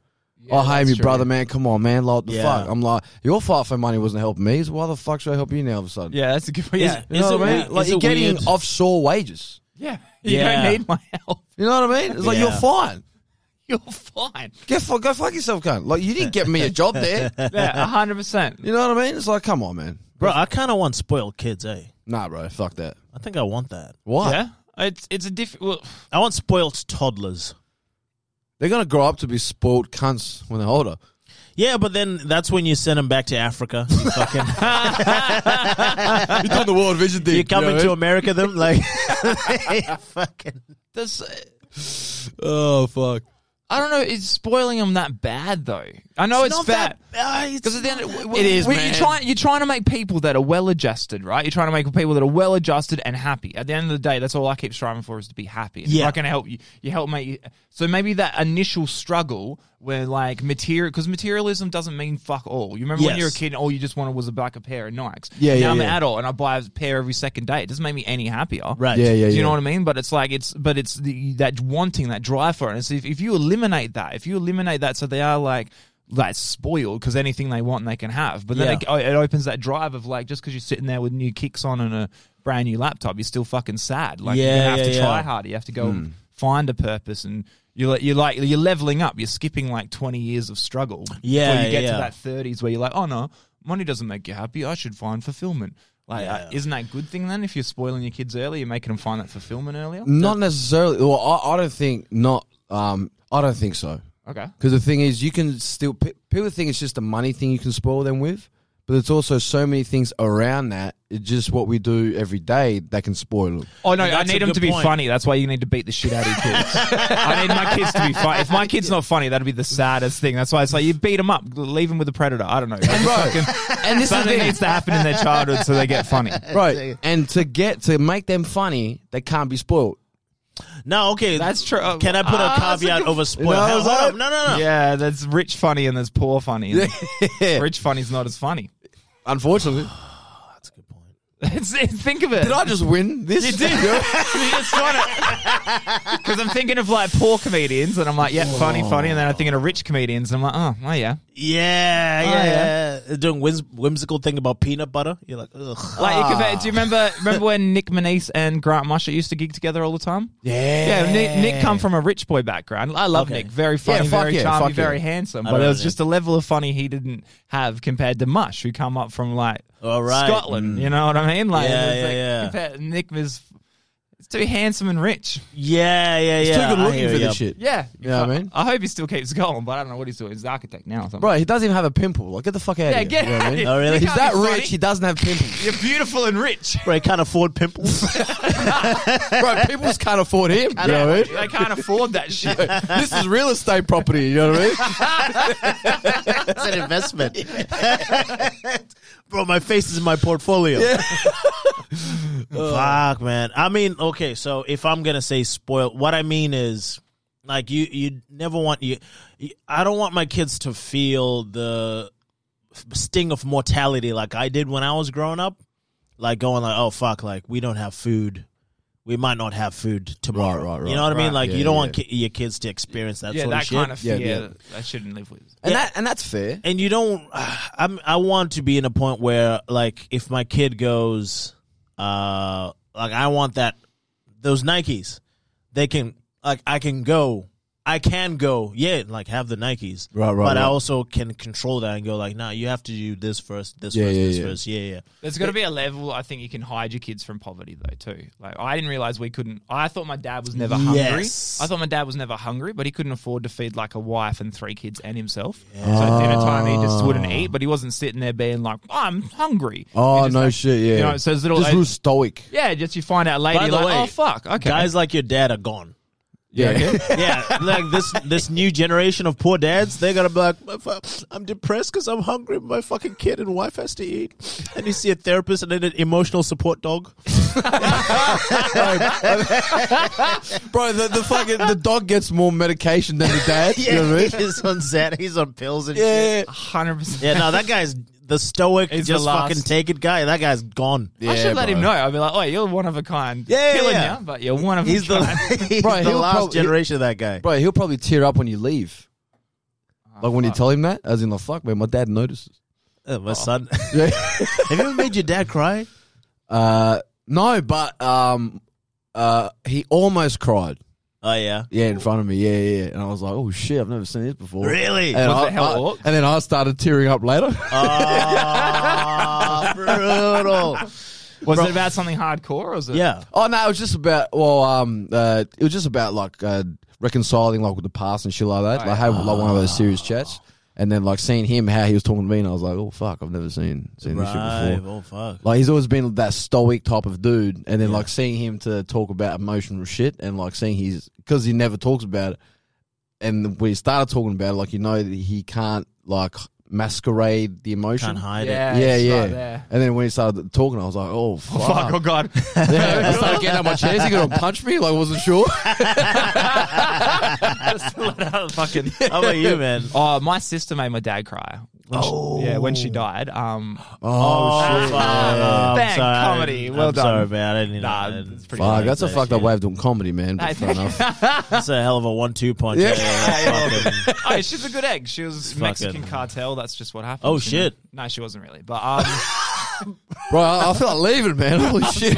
B: oh, hey,
C: that's
B: me
C: true.
B: brother, man, come on, man, like, what the
D: Yeah.
B: fuck? I'm like, your fight for money wasn't helping me. So why the fuck should I help you now? All of a sudden,
C: Yeah, that's a good point.
D: Yeah.
C: Yeah.
B: you know
D: Is
B: what I
D: it
B: mean?
D: weird-
B: Like
D: is
B: you're
D: it
B: getting
D: weird?
B: offshore wages.
C: yeah. You
D: Yeah.
C: don't need my help.
B: You know what I mean? It's like
D: Yeah.
B: you're fine.
C: You're fine.
B: Get fu- go fuck yourself, cunt. Like you didn't get me a job there.
C: Yeah, 100%.
B: You know what I mean? It's like, come on, man.
D: Bro, I kind of want spoiled kids, eh?
B: Nah, bro, fuck that.
D: I think I want that.
B: Why?
C: Yeah. It's, it's a different. Well,
D: I want spoiled toddlers.
B: They're gonna grow up to be spoiled cunts when they're older.
D: Yeah, but then that's when you send them back to Africa. You, fucking,
B: You're doing the world vision thing.
D: you come
B: know?
D: into America, them like fucking.
C: there's, uh,
B: Oh fuck.
C: I don't know. Is spoiling them that bad, though? I know Oh, it's,
D: not
C: bad.
D: that- uh, it's
C: Because at the end, of,
B: It is,
C: when
B: man.
C: You're trying, you're trying to make people that are well adjusted, right? You're trying to make people that are well adjusted and happy. At the end of the day, that's all I keep striving for is to be happy. And
D: Yeah.
C: If I can help you, you help make you. So maybe that initial struggle where like material, because materialism doesn't mean fuck all. You remember when
D: Yes.
C: you were a kid and all you just wanted was a, like a pair of Nikes.
B: Yeah,
C: now
B: yeah,
C: I'm an
B: yeah.
C: adult and I buy a pair every second day. It doesn't make me any happier.
D: Right.
B: Yeah, yeah,
C: Do you
B: yeah.
C: know what I mean? But it's like it's but it's the, that wanting, that drive for it. And so if, if you eliminate that, if you eliminate that, so they are like like spoiled because anything they want they can have. But then it, it opens that drive of like just because you're sitting there with new kicks on and a brand new laptop, you're still fucking sad. Like
D: Yeah,
C: you have
D: yeah,
C: to
D: yeah. Hmm.
C: try harder. You have to go and find a purpose and. You're like, you're like you're leveling up. You're skipping like 20 years of struggle.
D: Yeah,
C: before you get
D: yeah.
C: to that 30s where you're like, oh no, money doesn't make you happy. I should find fulfillment. Like, uh, isn't that a good thing then? If you're spoiling your kids early, you're making them find that fulfillment earlier.
B: Not necessarily. Well, I, I don't think not. Um, I don't think so.
C: Okay.
B: Because the thing is, you can still pe- people think it's just a money thing you can spoil them with, But there's also so many things around that. It's just what we do every day that can spoil it.
C: Oh no, I
D: That's a
C: need them
D: good
C: to be
D: point.
C: funny. That's why you need to beat the shit out of your kids. I need my kids to be funny. If my kid's not funny, that'd be the saddest thing. That's why it's like you beat them up, leave them with the predator. I don't know. and
B: this is
C: something
B: the thing.
C: needs to happen in their childhood so they get funny.
B: Right. And to get to make them funny, they can't be spoiled.
D: No, okay.
C: That's true. Uh,
D: Can I put
C: ah,
D: a
C: that's
D: caveat
C: like a-
D: over spoil?
B: You know what I'm
D: Hold up.
B: saying?
D: No, no, no.
C: Yeah, there's rich funny and there's poor funny. Rich funny's not as funny.
B: Unfortunately.
D: That's a good point.
C: It's, it's- think of it.
B: Did I just win this?
C: You did. you just won it. Because I'm thinking of like poor comedians, and I'm like, yeah, funny, funny, and then I'm thinking of rich comedians, and I'm like, oh, oh yeah.
D: Yeah, yeah,
C: Oh, yeah.
D: yeah. Doing whims- whimsical thing about peanut butter. You're like, ugh. Ah.
C: Like, you compare, do you remember remember when Nick Manise and Grant Musher used to gig together all the time?
B: Yeah.
C: Yeah, Nick, Nick come from a rich boy background. I love Nick. Very funny,
B: Yeah, fuck
C: very
B: yeah,
C: charming,
B: fuck yeah.
C: very handsome. But
D: don't
C: there was
D: know
C: just a level of funny he didn't have compared to Mush, who come up from like
D: All right.
C: Scotland. You know what I mean? Like,
D: Yeah,
C: it's like,
D: yeah, yeah.
C: compared- Nick was it's too handsome and rich.
D: yeah, yeah, yeah.
B: He's too good
D: I
B: looking
D: hear
B: for
D: ya.
B: this shit.
C: Yeah.
B: You know what I mean?
C: I hope he still keeps going, but I don't know what he's doing. He's an architect now or something.
B: Right, he doesn't even have a pimple. Like, get the fuck out
C: Yeah,
B: of here.
C: get
B: You know what I
C: out of
B: mean?
C: here.
D: Oh, really?
C: You
B: He's
C: can't
B: that
C: be
B: rich,
C: funny.
B: he doesn't have pimples.
C: You're beautiful and rich.
D: Bro, he can't afford pimples.
B: Bro, pimples can't afford him. You know what I mean?
C: They can't afford that shit.
B: This is real estate property, you know what I mean?
D: That's an investment. Bro, my face is in my portfolio. Fuck, man. I mean, okay, so if I'm gonna say spoil, what I mean is, like, you you never want you. you- I don't want my kids to feel the sting of mortality like I did when I was growing up. Like going like, oh fuck, like we don't have food. We might not have food tomorrow.
B: Right, right, right.
D: You know what I mean?
C: Right.
D: Like
B: Yeah,
D: you don't
B: yeah.
D: want ki- your kids to experience that
C: yeah,
D: sort
C: that
D: of shit.
C: kind of
B: Yeah,
C: fear
B: yeah.
C: that I shouldn't live with.
B: And that and that's fair.
D: and you don't I'm, i want to be in a point where like if my kid goes uh like i want that those nikes they can like i can go i can go yeah like have the nikes
B: Right, right,
D: but i
B: right.
D: also can control that and go like nah you have to do this first this
B: Yeah,
D: first
B: yeah,
D: this
B: yeah.
D: first yeah yeah
C: There's got to be a level I think you can hide your kids from poverty though too. Like I didn't realize we couldn't. I thought my dad was never hungry.
D: Yes.
C: I thought my dad was never hungry, but he couldn't afford to feed like a wife and three kids and himself. So at dinner time he just
D: Ah.
C: wouldn't eat, but he wasn't sitting there being like, "I'm hungry." It's
B: Oh,
C: just
B: no
C: like-
B: shit, yeah.
C: You know, so it's little.
B: Just real stoic.
C: yeah, just you find out later.
D: By
C: you're
D: the
C: like,
D: way,
C: oh fuck, okay.
D: guys like your dad are gone
B: Yeah.
D: yeah, like this this new generation of poor dads, they're gonna be like, "My fu- I'm depressed because I'm hungry. My fucking kid and wife has to eat. And you see a therapist and then an emotional support dog.
B: Bro, the, the fucking the dog gets more medication than the dad. You know what I mean?
D: he's on Xanax, he's on pills and
B: Yeah.
C: hundred percent.
D: Yeah, no, that guy's the stoic,
C: He's the
D: just
C: last.
D: fucking take it guy. That guy's gone.
C: I should
B: Yeah,
C: let
B: bro.
C: him know. I'd be like, "Oh, you're one of a kind.
D: Yeah, yeah,
C: Killing
D: yeah.
C: you, but you're one of
D: He's
C: a
D: the,
C: kind."
D: he's
B: Bro,
D: the
B: he'll
D: last
B: prob-
D: generation of that guy.
B: Bro, he'll probably tear up when you leave.
C: Ah,
B: Like when you tell him that, as in the fuck, man, my dad notices.
D: Uh, my son.
B: Yeah.
D: Have you ever made your dad cry?
B: Uh, no, but um, uh, he almost cried.
D: Oh, yeah.
B: Yeah, in front of me. Yeah, yeah. yeah. And I was like, oh shit, I've never seen this before.
D: Really?
B: And,
C: Was
B: I,
C: it hell
B: I-
C: orcs?
B: and then I started tearing up later.
D: Oh, brutal.
C: Was it about something hardcore? Or was it?
D: Yeah.
B: oh no, it was just about well, um, uh, it was just about like uh, reconciling like with the past and shit like that. like have like one of those serious chats, and then like seeing him how he was talking to me, and I was like, oh fuck, I've never seen seen this shit
D: Right.
B: before.
D: Oh, fuck.
B: Like he's always been that stoic type of dude, and then like seeing him to talk about emotional shit, and like seeing he's because he never talks about it, and when he started talking about it, like you know that he can't like masquerade the emotion.
D: Can't hide it.
C: Yeah,
B: Yeah,
C: it's
B: yeah.
C: Right there.
B: and then when he started talking, I was like, "Oh fuck!"
C: Oh, fuck, oh god.
B: yeah, I started getting out my chair. Is he gonna punch me? Like, I wasn't sure.
C: Just let out the fucking.
D: How about you, man?
C: Oh, my sister made my dad cry. When
D: Oh.
C: she, yeah, when she died. Um,
B: Oh,
D: Oh,
B: shit!
D: fuck. Oh, I'm
C: Bang,
D: sorry.
C: comedy. Well
D: I'm
C: done.
D: Sorry, man. I didn't
C: Nah,
D: know.
C: it's pretty
B: Fuck, that's a
D: fuck.
B: fucked up way of doing comedy, man.
C: I
B: But fair
C: think-
B: enough.
D: That's a hell of a one-two punch.
B: Yeah.
D: Yeah, yeah, yeah. Fucking-
C: oh, she's a good egg. She was Mexican
D: fucking-
C: cartel. That's just what happened.
D: Oh, shit.
C: No, she wasn't really. But um,
B: Bro, I, I feel like leaving, man. Holy shit!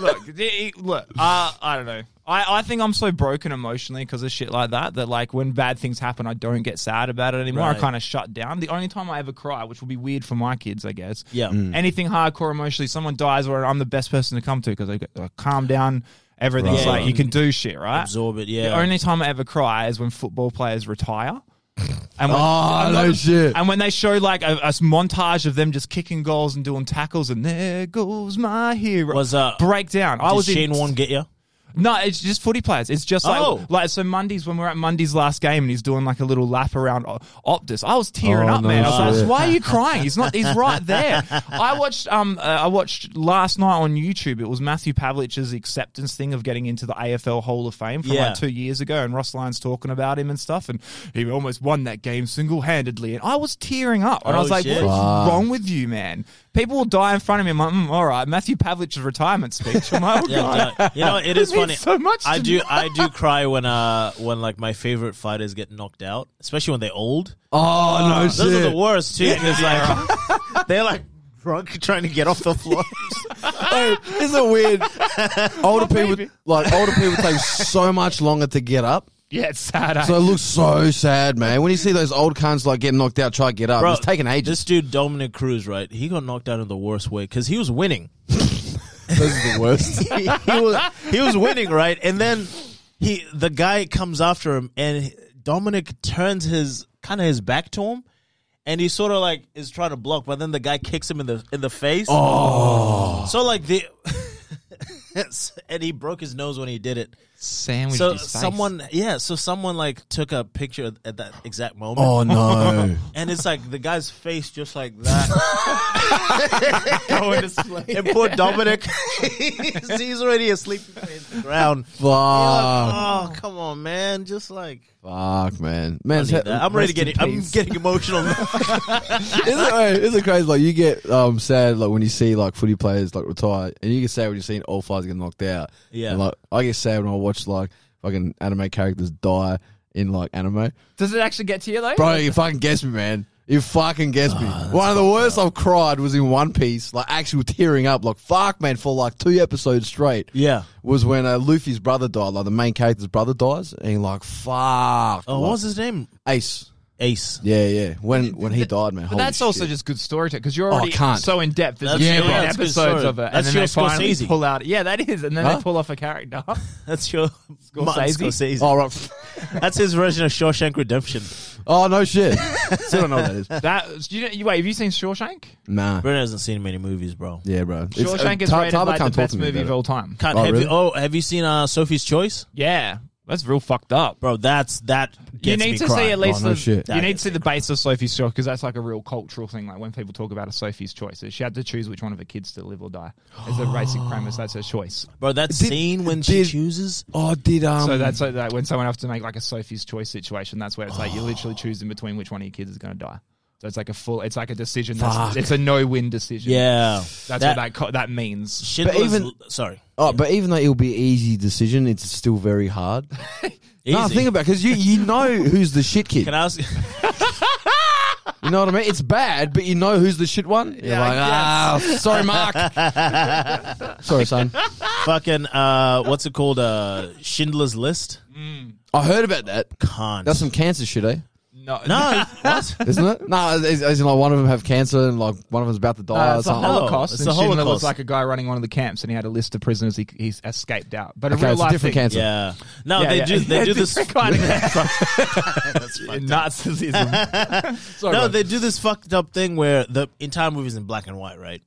C: look, the- look. Uh, I don't know. I, I think I'm so broken emotionally because of shit like that that like when bad things happen, I don't get sad about it anymore. I
D: Right.
C: kind of shut down. The only time I ever cry, which will be weird for my kids, I guess.
D: Yeah.
C: Anything hardcore emotionally, someone dies, or I'm the best person to come to because I, go, I calm down. Everything's
D: Right.
C: like you can do shit, right?
D: Absorb it.
C: The
D: Yeah.
C: only time I ever cry is when football players retire. And when,
B: Oh, no shit.
C: and when they show like a, a montage of them just kicking goals and doing tackles, and there goes my hero.
D: Was, uh,
C: breakdown. I
D: Did
C: was
D: Shane
C: in,
D: Warne get you?
C: No, it's just footy players. It's just like
D: Oh.
C: like so Mondays when we're at Monday's last game and he's doing like a little lap around O- Optus. I was tearing
B: Oh,
C: up,
B: no
C: man. I was
B: shit.
C: like, "Why are you crying? He's not. He's right there." I watched um uh, I watched last night on YouTube. It was Matthew Pavlich's acceptance thing of getting into the AFL Hall of Fame from
D: Yeah.
C: like two years ago, and Ross Lyon's talking about him and stuff, and he almost won that game single handedly, and I was tearing up, and I
D: Oh,
C: was like,
D: shit.
C: "What is wrong with you, man?" People will die in front of me. I'm like, "Mm, all right, Matthew Pavlich's retirement speech. I'm like, oh,
D: Yeah,
C: God.
D: yeah. you know it is
C: It means
D: funny.
C: so much
D: I
C: to
D: do. I do cry when uh when like my favorite fighters get knocked out, especially when they're old.
B: Oh no
D: Those are
B: shit!
D: the worst too. Because like they're like drunk trying to get off the floor.
B: Hey, isn't it weird? older people, like older people, take so much longer to get up.
C: Yeah, it's sad. eh?
B: So it looks so sad, man. When you see those old cunts like getting knocked out, try to get up. it's taking ages.
D: This dude Dominic Cruz, right? He got knocked out in the worst way because he was winning.
B: This is the worst.
D: he was he was winning, right? And then he the guy comes after him, and Dominic turns his kind of his back to him, and he sort of like is trying to block, but then the guy kicks him in the in the face. Oh, so like the. and he broke his nose when he did it.
C: sandwiched
D: So
C: his face.
D: someone, yeah, so someone like took a picture at that exact moment,
B: oh no!
D: and it's like the guy's face just like that.
C: going to sleep.
D: and poor Dominic, he's, he's already asleep on the ground.
B: Fuck,
D: Oh come on, man! Just like
B: fuck, man, man. it's-
D: I'm ready to
B: rest in
D: get it. I'm
B: peace.
D: getting emotional. Uh, now.
B: Is it, hey, is it crazy? Like you get um sad like when you see like footy players like retire, and you get sad when you see all flies get knocked out.
D: Yeah.
B: And, like I get sad when I watch like fucking anime characters die in like anime.
C: Does it actually get to you though?
B: Bro, you fucking guess me, man. You fucking guess me. One of the worst I've cried was in One Piece, like actual tearing up, like fuck, man, for like two episodes straight.
D: Yeah.
B: was when uh, Luffy's brother died, like the main character's brother dies, and you're like fuck.
D: oh, what was his name?
B: like, Ace?
D: Ace.
B: Yeah, yeah. When when he died, man.
C: But that's also just good storytelling because you're
B: Oh, I
C: already
B: can't.
C: so in depth. There's
D: That's-
C: yeah,
D: yeah,
C: different
D: that's good
C: episodes
D: story.
C: of it,
D: That's
C: and then
D: your
C: they finally
D: Scorsese.
C: pull out. Yeah, that is, and then
B: Huh?
C: they pull off a character.
D: That's your Martin
C: Scorsese.
D: Scorsese.
B: all Oh, right.
D: That's his version of Shawshank Redemption.
B: Oh no shit! Still don't know what that is.
C: that you, know, you wait, have you seen Shawshank?
B: Nah.
D: Brennan hasn't seen many movies, bro.
B: Yeah, bro. It's-
C: Shawshank
B: uh,
C: is
B: Ta-
C: rated
B: Taba
C: like the
B: can't talk
C: best
B: to me
C: movie of
B: about it.
C: all time.
D: Can't,
B: Oh,
D: have
B: really?
D: you, oh, have you seen uh, Sophie's Choice,
C: Yeah, that's real fucked up.
D: bro? That's that. Gets
C: You
D: me
C: need to
D: crying.
C: see at least
B: Oh, no
C: the,
B: shit.
C: you
D: That
C: need to
D: gets
C: see the base of Sophie's Choice because that's like a real cultural thing. Like when people talk about a Sophie's Choice, she had to choose which one of her kids to live or die. As a basic premise, that's her choice.
D: bro. That
B: Did-
D: scene when she
B: did-
D: chooses.
B: Oh, did um?
C: So that's like that when someone has to make like a Sophie's choice situation. That's where it's like you're literally choosing between which one of your kids is going to die. So it's like a full. It's like a decision. That's,
B: Fuck.
C: it's a no-win decision.
D: Yeah,
C: that's
D: that,
C: what that co- that means.
D: Schindler's,
B: But even-
D: even sorry,
B: oh, but even though it'll be an easy decision, it's still very hard. No,
D: Easy.
B: think about because you you know who's the shit kid.
D: Can I ask?
B: You know what I mean? It's bad, but you know who's the shit one. You're
C: Yeah,
B: like,
C: I
B: ah, sorry, Mark. sorry, son.
D: fucking uh, what's it called? Uh, Schindler's List.
B: I heard about that.
D: Can't.
B: That's some cancer shit, eh?
C: No, uh,
D: no. what?
B: Isn't it? No, as, as in like one of them have cancer and like one of them's about to die
C: Uh,
B: or
C: it's a
B: something.
D: whole-
C: Holocaust.
D: Oh, it's
C: and
D: a
C: Schindler
D: Holocaust.
C: was like a guy running one of the camps, and he had a list of prisoners he, he escaped out. But a
B: okay,
C: real
B: it's a
C: life
B: different
C: thing.
B: cancer.
D: Yeah. No,
C: Yeah,
D: they
C: yeah.
D: do. They do this.
C: Different kind of Nazism. Sorry,
D: No,
C: bro.
D: they do this fucked up thing where the entire movie's in black and white, right?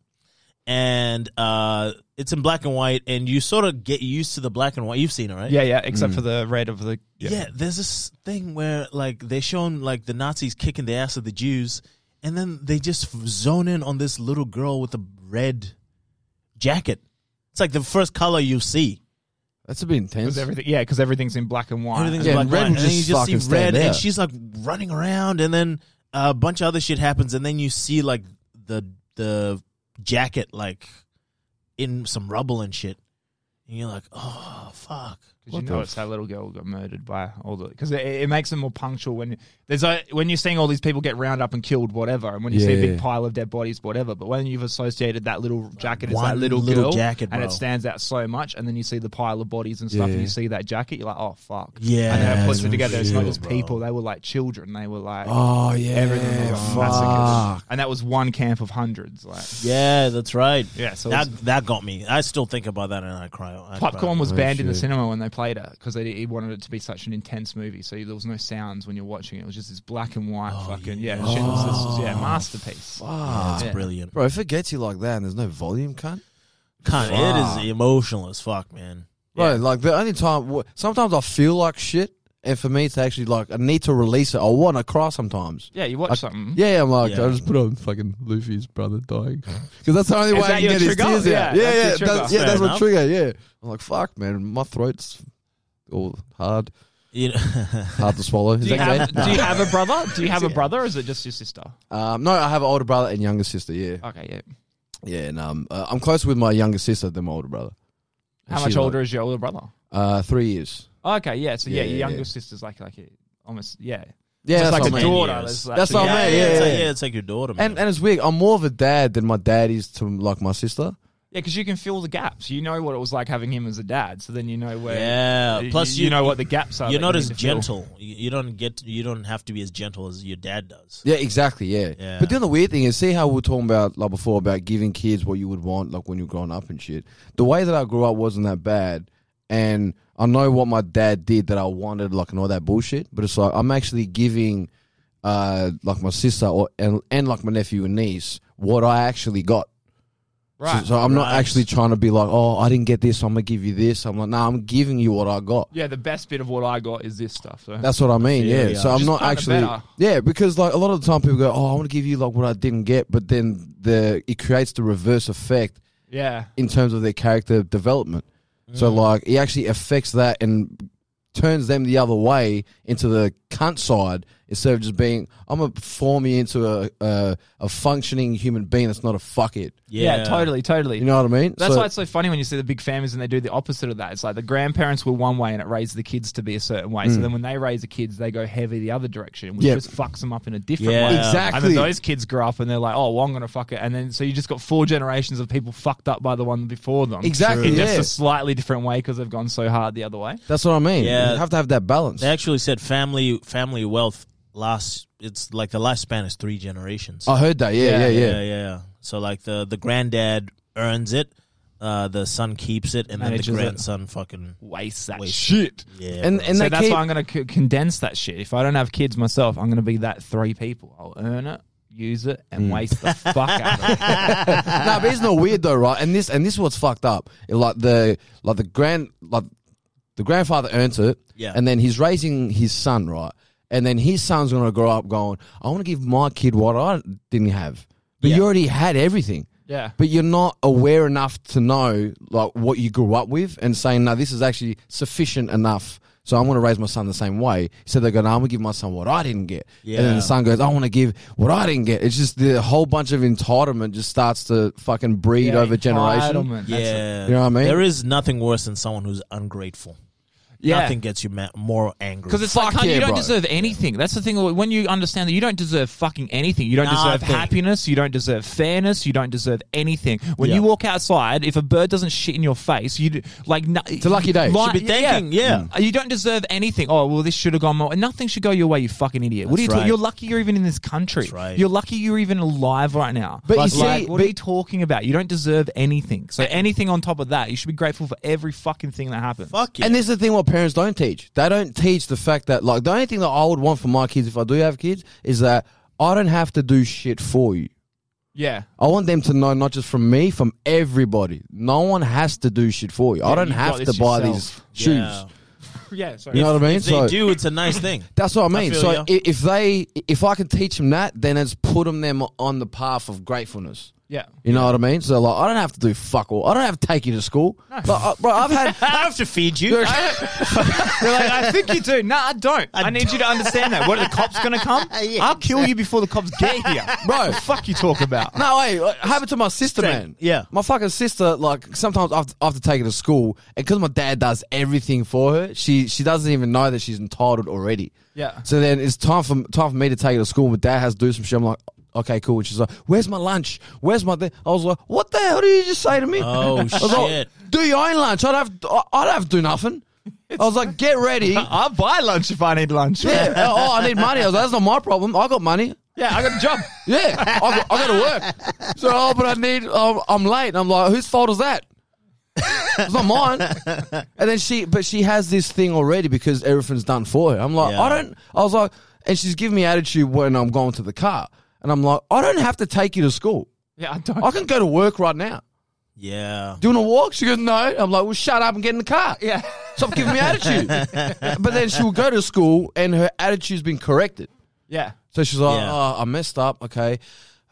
D: And uh, it's in black and white, and you sort of get used to the black and white. You've seen it, right?
C: yeah, yeah. Except for the red of the
D: Mm. Yeah. there's this thing where like they're showing like the Nazis kicking the ass of the Jews, and then they just f- zone in on this little girl with a red jacket. It's like the first color you see.
B: That's a bit intense.
C: Because everything, yeah, because everything's in black and white.
D: Everything's
B: Yeah,
D: black and
B: and red
D: white. And
B: just
D: then you just see
B: fucking stand
D: red, and
B: out.
D: she's like running around, and then uh, a bunch of other shit happens, and then you see like the the jacket like in some rubble and shit, and you're like, oh fuck.
C: Because you
B: What
C: know
B: the
C: it's that little girl who got murdered by all the because it, it makes them more punctual when there's a, when you're seeing all these people get round up and killed whatever and when you see a
B: Yeah.
C: big pile of dead bodies whatever but when you've associated that little jacket as that
D: One
C: little,
D: little
C: girl
D: jacket,
C: and
D: bro.
C: it stands out so much and then you see the pile of bodies and stuff
B: Yeah.
C: and you see that jacket you're like oh fuck
D: Yeah,
C: and then it puts it
D: no
C: together it's not
D: shit,
C: just
D: bro.
C: people they were like children they were like
B: Oh yeah,
C: everything was massacres. And that was one camp of hundreds. Like
D: Yeah, that's right.
C: Yeah, so
D: that
C: it's-
D: that got me. I still think about that and I cry. I cry.
C: Popcorn was banned in the cinema when they played it because they he wanted it to be such an intense movie. So there was no sounds when you're watching it. It was just this black and white
B: Oh,
C: fucking yeah, Schindler's List was, yeah,
D: It's
C: masterpiece. Yeah.
D: brilliant.
B: Bro, if it gets you like that and there's no volume, cunt.
D: Cunt, it is emotional as fuck, man.
B: Bro, like the only time, w- sometimes I feel like shit, and for me to actually like, I need to release it. I want to cry sometimes.
C: Yeah, you
B: I-
C: watch something.
B: Yeah, yeah, I'm like,
D: Yeah.
B: I just put on fucking Luffy's brother dying because that's the only
C: Is
B: way
C: that
B: I
C: your
B: can get his
C: trigger?
B: tears out.
C: Yeah,
B: Yeah, yeah,
C: that's your
B: that's,
C: trigger.
B: yeah, that's
D: Fair
B: my trigger. Yeah, I'm like, fuck, man, my throat's all hard,
D: You know,
B: hard to swallow. Is
C: Do you,
B: that
C: have,
B: gay?
C: do you have a brother? Do you have a brother or is it just your sister?
B: Um, no, I have an older brother and younger sister. Yeah,
C: Okay, yeah.
B: yeah, and um, uh, I'm closer with my younger sister than my older brother. And
C: How much
B: she's
C: older
B: Like,
C: is your older brother?
B: uh, three years.
C: Oh, Okay, yeah. So yeah,
B: Yeah,
C: your
B: yeah,
C: younger
B: yeah.
C: sister's like like a- almost yeah.
B: Yeah,
C: It's
B: that's
C: like
B: what
C: a
B: I mean.
D: door-
C: daughter.
D: years.
C: that's
B: That's what I
C: actually-
B: meant, yeah,
D: it's
B: yeah,
D: like,
B: yeah.
D: it's like your daughter, man.
B: And and it's weird. I'm more of a dad than my dad is to like my sister.
C: Yeah, because you can fill the gaps. You know what it was like having him as a dad, so then you know where.
D: Yeah,
C: you-
D: plus
C: you,
D: you-
C: know what the gaps are.
D: you're
C: that
D: not
C: you
D: as
C: need to fill.
D: gentle. You you don't get. You don't have to be as gentle as your dad does.
B: Yeah, exactly. Yeah.
D: Yeah.
B: But then the weird thing is, see how we were talking about like before about giving kids what you would want, like when you're growing up and shit. The way that I grew up wasn't that bad, and I know what my dad did that I wanted, like and all that bullshit. But it's like I'm actually giving, uh, like my sister or and, and like my nephew and niece what I actually got.
C: Right.
B: So, so I'm not
D: Right.
B: actually trying to be like, oh, I didn't get this, so I'm gonna give you this. I'm like, no, I'm giving you what I got.
C: yeah, the best bit of what I got is this stuff. So.
B: That's what I mean.
D: Yeah,
B: Yeah.
D: yeah.
B: So I'm
C: Just
B: not
C: kinda
B: actually.
C: better.
B: Yeah, because like a lot of the time people go, "Oh, I want to give you like what I didn't get," but then the it creates the reverse effect
C: yeah.
B: in terms of their character development. So like it actually affects that and turns them the other way into the cunt side instead of just being I'm gonna form you into a a, a functioning human being that's not a fuck it.
C: yeah, totally, totally.
B: You know what I mean?
C: That's
B: So-
C: why it's so funny when you see the big families and they do the opposite of that. It's like the grandparents were one way and it raised the kids to be a certain way. So then when they raise the kids, they go heavy the other direction, which
B: Mm. Yeah.
C: just fucks them up in a different
D: Yeah.
C: way.
B: Exactly.
C: And then those kids grow up and they're like, oh, well, I'm going to fuck it. And then so you just got four generations of people fucked up by the one before them.
B: Exactly,
C: In just
B: yeah.
C: a slightly different way because they've gone so hard the other way.
B: that's what I mean.
D: Yeah.
B: You have to have that balance.
D: They actually said family family wealth lasts. It's like the lifespan is three generations.
B: I heard that. Oh, Yeah, yeah, yeah.
D: yeah, yeah. So like the the granddad earns it, uh, the son keeps it, and then
C: Manages
D: the
C: it.
D: grandson fucking
C: Waste that
D: Waste.
C: shit.
D: yeah.
B: And
D: bro.
B: and
C: so
B: they
C: that's
B: keep-
C: why I'm going to c- condense that shit. If I don't have kids myself, I'm going to be that three people. I'll earn it, use it, and waste the fuck out of it.
B: no, but it's not weird though, right? And this and this is what's fucked up. Like the like the grand like the grandfather earns it,
D: Yeah.
B: and then he's raising his son, right? And then his son's gonna grow up going, I want to give my kid what I didn't have, but
D: Yeah.
B: you already had everything.
C: Yeah.
B: But you're not aware enough to know like what you grew up with, and saying, no, this is actually sufficient enough. So I'm going to raise my son the same way. So they go, no, I'm going to give my son what I didn't get. And then
D: Yeah.
B: the son goes, I want to give what I didn't get. It's just the whole bunch of entitlement just starts to fucking breed
C: Yeah,
B: over generation.
C: entitlement. That's it.
D: yeah,
B: You know what I mean?
D: There is nothing worse than someone who's ungrateful.
C: Yeah.
D: Nothing gets you ma- more angry.
C: Because it's like,
B: Fuck
C: cunt, you
B: yeah,
C: don't
B: bro.
C: deserve anything. That's the thing. When you understand that you don't deserve fucking anything, you don't deserve
D: Nothing.
C: happiness, you don't deserve fairness, you don't deserve anything. When
D: Yeah.
C: you walk outside, if a bird doesn't shit in your face, you d- like no, it's
B: a lucky day.
D: Should be thanking, yeah.
C: Uh, You don't deserve anything. Oh well, this should have gone more. Nothing should go your way. You fucking idiot.
D: That's
C: what are you talking?
D: right.
C: You're lucky you're even in this country.
D: That's right.
C: You're lucky you're even alive right now.
B: But you
C: Like,
B: see-
C: like, what
B: but-
C: are you talking about? You don't deserve anything. So anything on top of that, you should be grateful for every fucking thing that happens.
D: fuck you.
B: And this is the thing what parents don't teach. They don't teach the fact that, like, the only thing that I would want for my kids if I do have kids is that I don't have to do shit for you.
C: Yeah.
B: I want them to know not just from me, from everybody. No one has to do shit for you. I don't
C: you've
B: have
C: got
B: to
C: this
B: buy
C: yourself.
B: these shoes.
D: Yeah.
C: Yeah. Sorry.
B: You know what I mean?
D: If
B: so
D: they do, it's a nice thing.
B: that's what I mean.
D: feel
B: so
D: ya.
B: i- if they, if I can teach them that, then it's putting them on the path of gratefulness.
C: Yeah.
B: You know what I mean? So like, I don't have to do fuck all. I don't have to take you to school. Like, I- bro, I've had.
D: I have to feed you.
C: They're like, I think you do. No, I don't. I, need you to understand that. What are the cops going to come? I'll kill you before the cops get here.
B: Bro.
C: the fuck you talk about?
B: No, wait. Like, it happened to my sister, man.
D: yeah.
B: My fucking sister, like, sometimes I have to, I have to take her to school, and because my dad does everything for her, she she doesn't even know that she's entitled already.
C: Yeah.
B: So then it's time for time for me to take her to school. My dad has to do some shit. I'm like, okay, cool. And she's like, where's my lunch? Where's my thing? I was like, what the hell did you just say to me?
D: Oh,
B: I was like,
D: shit.
B: do your own lunch. I'd have I- I'd have to do nothing. I was like, get ready.
C: I'll buy lunch if I need lunch.
B: Yeah. Oh, I need money. I was like, that's not my problem. I got money.
C: Yeah, I got a job.
B: Yeah, I got, I got to work. So, oh, but I need. Um, I'm late. And I'm like, whose fault is that? It's not mine. And then she, but she has this thing already because everything's done for her. I'm like,
D: Yeah.
B: I don't. I was like, and she's giving me attitude when I'm going to the car, and I'm like, I don't have to take you to school.
C: yeah, I don't.
B: I can go to work right now.
D: Yeah.
B: Do you want to walk? She goes, no. I'm like, well, shut up and get in the car.
C: Yeah.
B: Stop giving me attitude. but then she'll go to school and her attitude's been corrected.
C: Yeah.
B: So she's like,
D: Yeah.
B: oh, I messed up. Okay.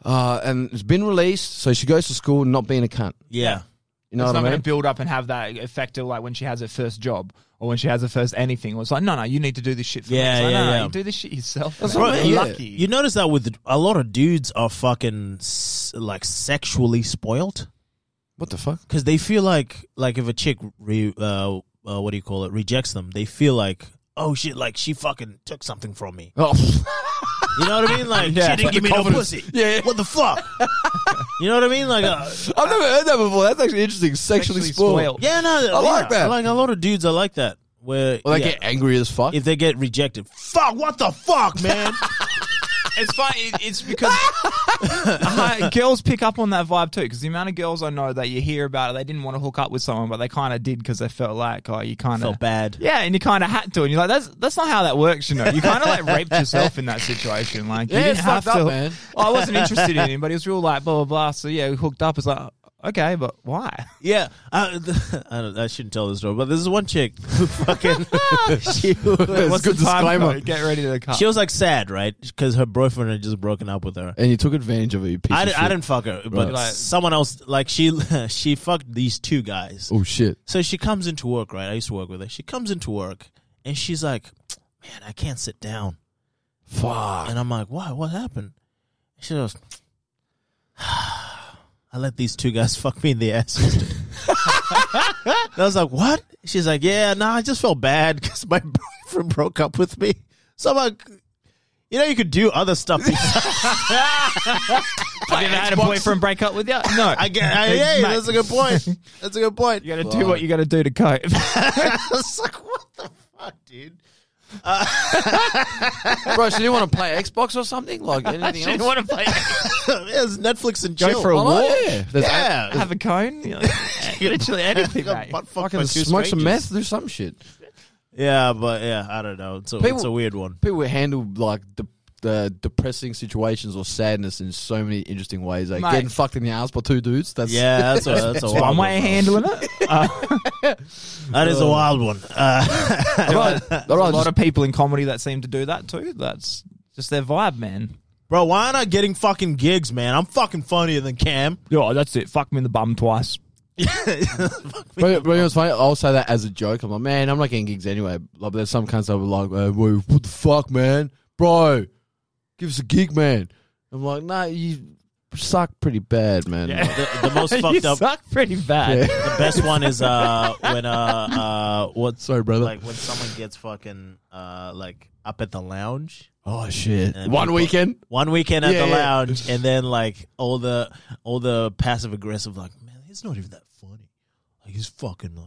B: Uh, and it's been released. So she goes to school not being a cunt.
D: Yeah.
B: You know
C: it's
B: what
C: not
B: I
C: going
B: mean?
C: to build up and have that effect of like when she has her first job or when she has her first anything. It's like, no, no, you need to do this shit for
D: Yeah,
C: me. It's like, no,
D: yeah,
C: no,
D: yeah.
C: you do this shit yourself.
B: That's
C: man.
B: what I mean,
C: You're
B: yeah.
C: lucky.
D: You notice that with a lot of dudes are fucking s- like sexually spoiled
B: What the fuck?
D: because they feel like like if a chick re, uh, uh, what do you call it rejects them, they feel like oh shit, like she fucking took something from me.
B: Oh,
D: You know what I mean? Like she didn't
B: like
D: give
B: the
D: me no
B: confidence.
D: pussy.
B: Yeah, yeah.
D: What the fuck? you know what I mean? Like uh,
B: I've never heard that before. That's actually interesting. Sexually,
C: Sexually
B: spoiled.
C: spoiled.
D: yeah, no, I
B: like that.
D: Like a lot of dudes are like that. Where
B: Well, they
D: yeah,
B: get angry as fuck.
D: if they get rejected, fuck, what the fuck, man?
C: It's fine. It, it's because Uh, girls pick up on that vibe too. Because the amount of girls I know that you hear about it, they didn't want to hook up with someone, but they kind of did because they felt like, oh, you kind of
D: Felt bad.
C: Yeah, and you kind of had to, and you're like, that's that's not how that works, you know. You kind of like raped yourself in that situation. Like,
B: Yeah,
C: you
B: it's
C: didn't have
B: fucked
C: to.
B: up, man.
C: Well, I wasn't interested in him, but he was real like blah blah blah. So yeah, we hooked up. It's like okay, but why?
D: Yeah, I, I, don't, I shouldn't tell this story, but this is one chick who fucking she was,
C: What's
B: good
C: the time
B: disclaimer.
C: code? Get ready to the car.
D: she was like sad, right? Because her boyfriend had just broken up with her.
B: and you took advantage of it. You piece
D: I,
B: of
D: di-
B: shit.
D: I didn't fuck her, but
B: Right.
C: Like-
D: someone else like she she fucked these two guys.
B: Oh shit.
D: So she comes into work, right? I used to work with her. She comes into work and she's like, "Man, I can't sit down."
B: Fuck.
D: And I'm like, why? What happened? She goes, I let these two guys fuck me in the ass yesterday. And I was like, what? She's like, yeah, no, I just felt bad because my boyfriend broke up with me. So I'm like, you know, you could do other stuff.
C: Have you ever had a boyfriend break up with you? No,
D: I get, I, yeah,
C: Mate.
D: that's a good point. That's a good point.
C: you got to do what you got to do to cope.
D: I was like, what the fuck, dude?
B: Bro, she didn't want to play Xbox or something? Like anything else?
C: want to play?
D: yeah, it's Netflix and
C: Go
D: chill.
C: for a
B: Oh,
C: walk.
B: yeah. There's
D: yeah.
C: Have a cone. You know, Literally anything, mate.
D: Butt fucked
B: Fucking
D: by two
B: smoke some
D: strangers.
B: meth, do some shit.
D: Yeah, but yeah, I don't know. It's a,
B: People-
D: it's a weird one.
B: People handle like the the depressing situations or sadness in so many interesting ways. Like
C: Mate.
B: getting fucked in the ass by two dudes. That's
D: Yeah, that's a, that's a wild
C: One
D: one.
C: way of handling it.
D: That is a wild one. Uh,
B: Right. All
C: There's
B: right,
C: a lot
B: just-
C: of people in comedy that seem to do that too. That's just their vibe, man.
D: bro, why am I getting fucking gigs, man? I'm fucking funnier than Cam.
C: Yeah, that's it. Fuck me in the bum twice.
B: but, but you know what's funny? I'll say that as a joke. I'm like, man, I'm not getting gigs anyway. Like, there's some cunts that were like, uh, whoa, what the fuck, man, bro, give us a gig, man. I'm like, nah, you suck pretty bad, man. Like,
D: The, the most
C: you
D: fucked up,
C: suck pretty bad.
D: the best one is uh when uh uh what's
B: Sorry, brother.
D: like when someone gets fucking uh like up at the lounge.
B: oh shit,
D: And
B: one
D: people-
B: weekend.
D: One weekend at
B: Yeah,
D: the
B: yeah.
D: lounge, and then like all the all the passive aggressive, like man, he's not even that funny. Like he's fucking like,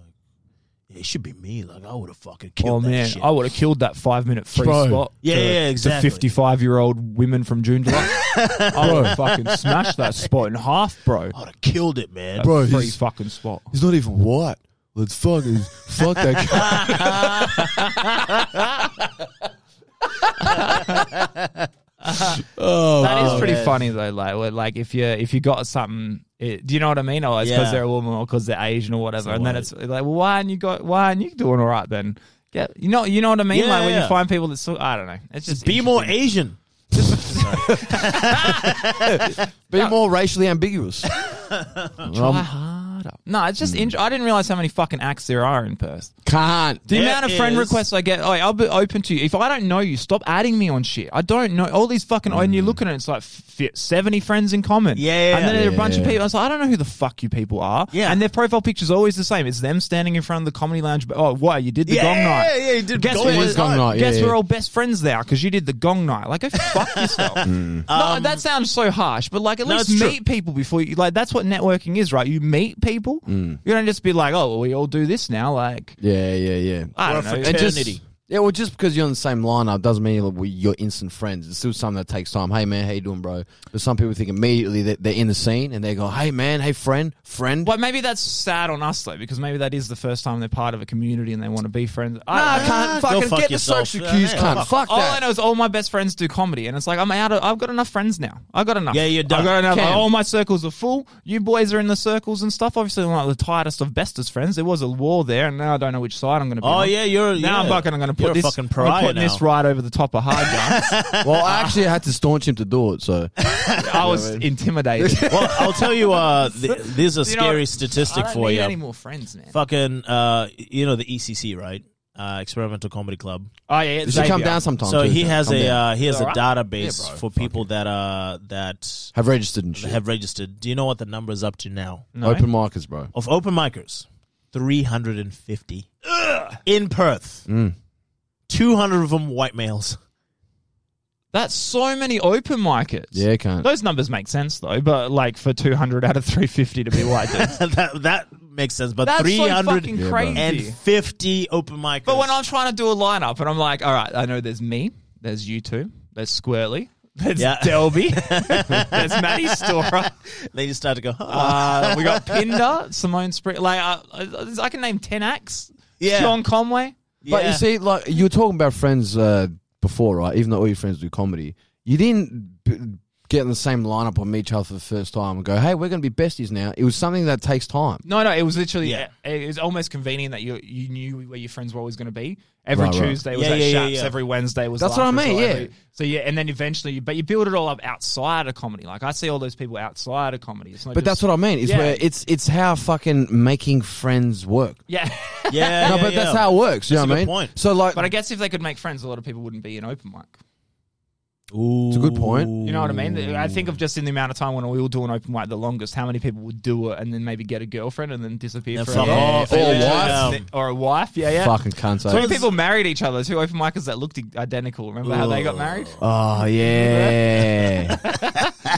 D: it should be me. Like I would have fucking killed that
C: Oh man,
D: shit.
C: I would have killed that five minute free
B: Bro.
C: spot.
D: Yeah,
C: to,
D: yeah, exactly.
C: To fifty-five year old women from June July. I would have fucking smashed that spot in half, bro.
D: I would have killed it, man.
C: That
B: Bro,
C: free
B: he's-
C: fucking spot.
B: He's not even white. Let's fucking fuck that guy. oh,
C: That is pretty
D: man.
C: funny though. Like, where, like if you if you got something, it, do you know what I mean? Oh, it's because
D: Yeah.
C: they're a woman or because they're Asian or whatever. and then
D: what?
C: it's like, well, why aren't you got? Why aren't you doing all right then? Yeah, you know, you know what I mean.
D: Yeah,
C: like when
D: yeah.
C: you find people that so, I don't know. It's just
D: Be more
C: interesting.
D: Asian.
B: be more racially ambiguous.
C: Try
B: um,
C: harder. No, it's
D: Hmm.
C: just. int- I didn't realize how many fucking acts there are in Perth.
B: can't.
C: The
D: There
C: amount of friend
D: is-
C: requests I get, oh, I'll be open to you. If I don't know you, stop adding me on shit. I don't know all these fucking. Oh, and you look at it, it's like f- seventy friends in common.
D: Yeah, Mm. yeah,
C: and then there are a
B: yeah.
C: bunch of
B: Yeah.
C: people. I was like, I don't know who the fuck you people are.
D: Yeah.
C: and their profile picture's always the same. It's them standing in front of the comedy lounge. But oh, why you did the gong night?
D: Yeah, yeah, he did
C: Guess
D: gong
C: we're,
B: was gong night,
C: guess
B: yeah,
C: we're
B: yeah.
C: all best friends now because you did the gong night. Like, go fuck yourself. no, that sounds so harsh, but like at
D: Mm. Um, No,
C: least
D: it's true.
C: meet people before you. Like that's what networking is, right? You meet
D: Mm.
C: people. You don't just be like, oh, well, we all do this now. Like,
B: Yeah, yeah, yeah.
C: I
D: Or
C: don't
D: a
C: know.
D: fraternity.
C: Just-
B: Yeah, well, just because you're on the same lineup doesn't mean you're- you're instant friends. It's still something that takes time. Hey, man, how you doing, bro? But some people think immediately that they're in the scene and they go, hey, man, hey, friend, friend.
C: But maybe that's sad on us though, because maybe that is the first time they're part of a community and they want to be friends. I
B: Nah,
C: don't know.
B: Ah, can't
D: Go
B: fucking
D: fuck
B: get
D: yourself.
B: the social
D: Yeah,
B: cues,
D: yeah,
B: can't.
D: fuck.
B: Fuck
C: all I
B: that.
C: know is all my best friends do comedy, and it's like I'm out of. I've got enough friends now. I've got enough.
D: Yeah, you're done.
C: I've got enough.
B: Cam.
C: All my circles are full. You boys are in the circles and stuff. Obviously, I'm not the tightest of bestest friends. There was a war there, and now I don't know which side I'm going to be.
D: Oh
C: on.
D: yeah, you're yeah.
C: Now I'm fucking. I'm going to
D: You're
C: put
D: a
C: this.
D: fucking
C: I'm
D: pariah
C: putting
D: now.
C: this right over the top of hard yards.
B: well, I actually had to staunch him to do it, so.
C: I was intimidated.
D: Well, I'll tell you. Uh, th- there's a
C: You know,
D: scary
C: I
D: statistic
C: don't
D: for
C: need
D: you.
C: Any more friends, man?
D: Fucking, uh, you know the ECC, right? Uh, Experimental Comedy Club.
C: Oh yeah,
B: You should come down sometime.
D: So
B: too,
D: he
B: Jack.
D: has
B: Come
D: a
B: down.
D: uh, he has a
C: Alright.
D: database
C: Yeah, bro,
D: for people that uh that
B: have registered and shit.
D: have registered. Do you know what the number is up to now
B: Open markets, bro.
D: of open micers? Three hundred and fifty in Perth.
B: Mm.
D: Two hundred of them white males.
C: That's so many open markets.
B: Yeah, can't.
C: Those numbers make sense though, but like for 200 out of 350 to be white dudes.
D: that that makes sense. But
C: That's
D: three
C: so
D: hundred
C: fucking
B: bro.
C: crazy.
D: and fifty open micers.
C: but when I'm trying to do a lineup and I'm like, all right, I know there's me, there's you two, there's Squirrely, there's
D: Yeah.
C: Delby, there's Maddie Stora,
D: they just start to go, huh.
C: uh, we got Pinder, Simone Spring. Like I, I, I can name 10 acts.
D: Yeah.
C: John Conway.
B: But
D: Yeah.
B: you see, like you were talking about friends uh, before, right? Even though all your friends do comedy, you didn't b- get in the same lineup or meet each other for the first time and go, "Hey, we're going to be besties now." It was something that takes time.
C: No, no, it was literally uh,
D: Yeah.
C: it, it was almost convenient that you you knew where your friends were always going to be. Every
B: Right, right.
C: Tuesday was
D: Yeah,
C: at
D: yeah, yeah,
C: Shaps,
D: yeah.
C: every Wednesday was
B: That's what I
C: Laughers,
B: mean,
C: or
B: yeah.
C: every- so yeah, and then eventually, but you build it all up outside of comedy. Like I see all those people outside of comedy. It's not
B: But that's what I mean. Is
C: Yeah.
B: where it's it's how fucking making friends work.
C: yeah.
D: yeah,
B: no,
D: yeah,
B: but
D: yeah.
B: that's how it works. You
D: That's
B: know
D: a
B: what I
D: good
B: mean?
D: point.
B: So like,
C: but I guess if they could make friends, a lot of people wouldn't be in open mic.
B: it's a good point.
C: You know what I mean? I think of just in the amount of time when we all do an open mic the longest, how many people would do it and then maybe get a girlfriend and then disappear
D: And
C: for
D: fuck
C: a year.
D: off.
B: Or a
D: Yeah.
B: wife.
C: or a wife. Yeah, yeah.
B: Fucking cunts.
C: Two
B: eh?
C: people married each other. Two open micers that looked identical. Remember how they got married?
B: Oh yeah.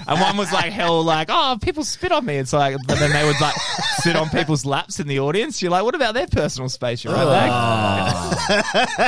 C: And one was like hell, like oh, people spit on me. It's like, but then they would like sit on people's laps in the audience. You're like, what about their personal space? You're right back.
D: No,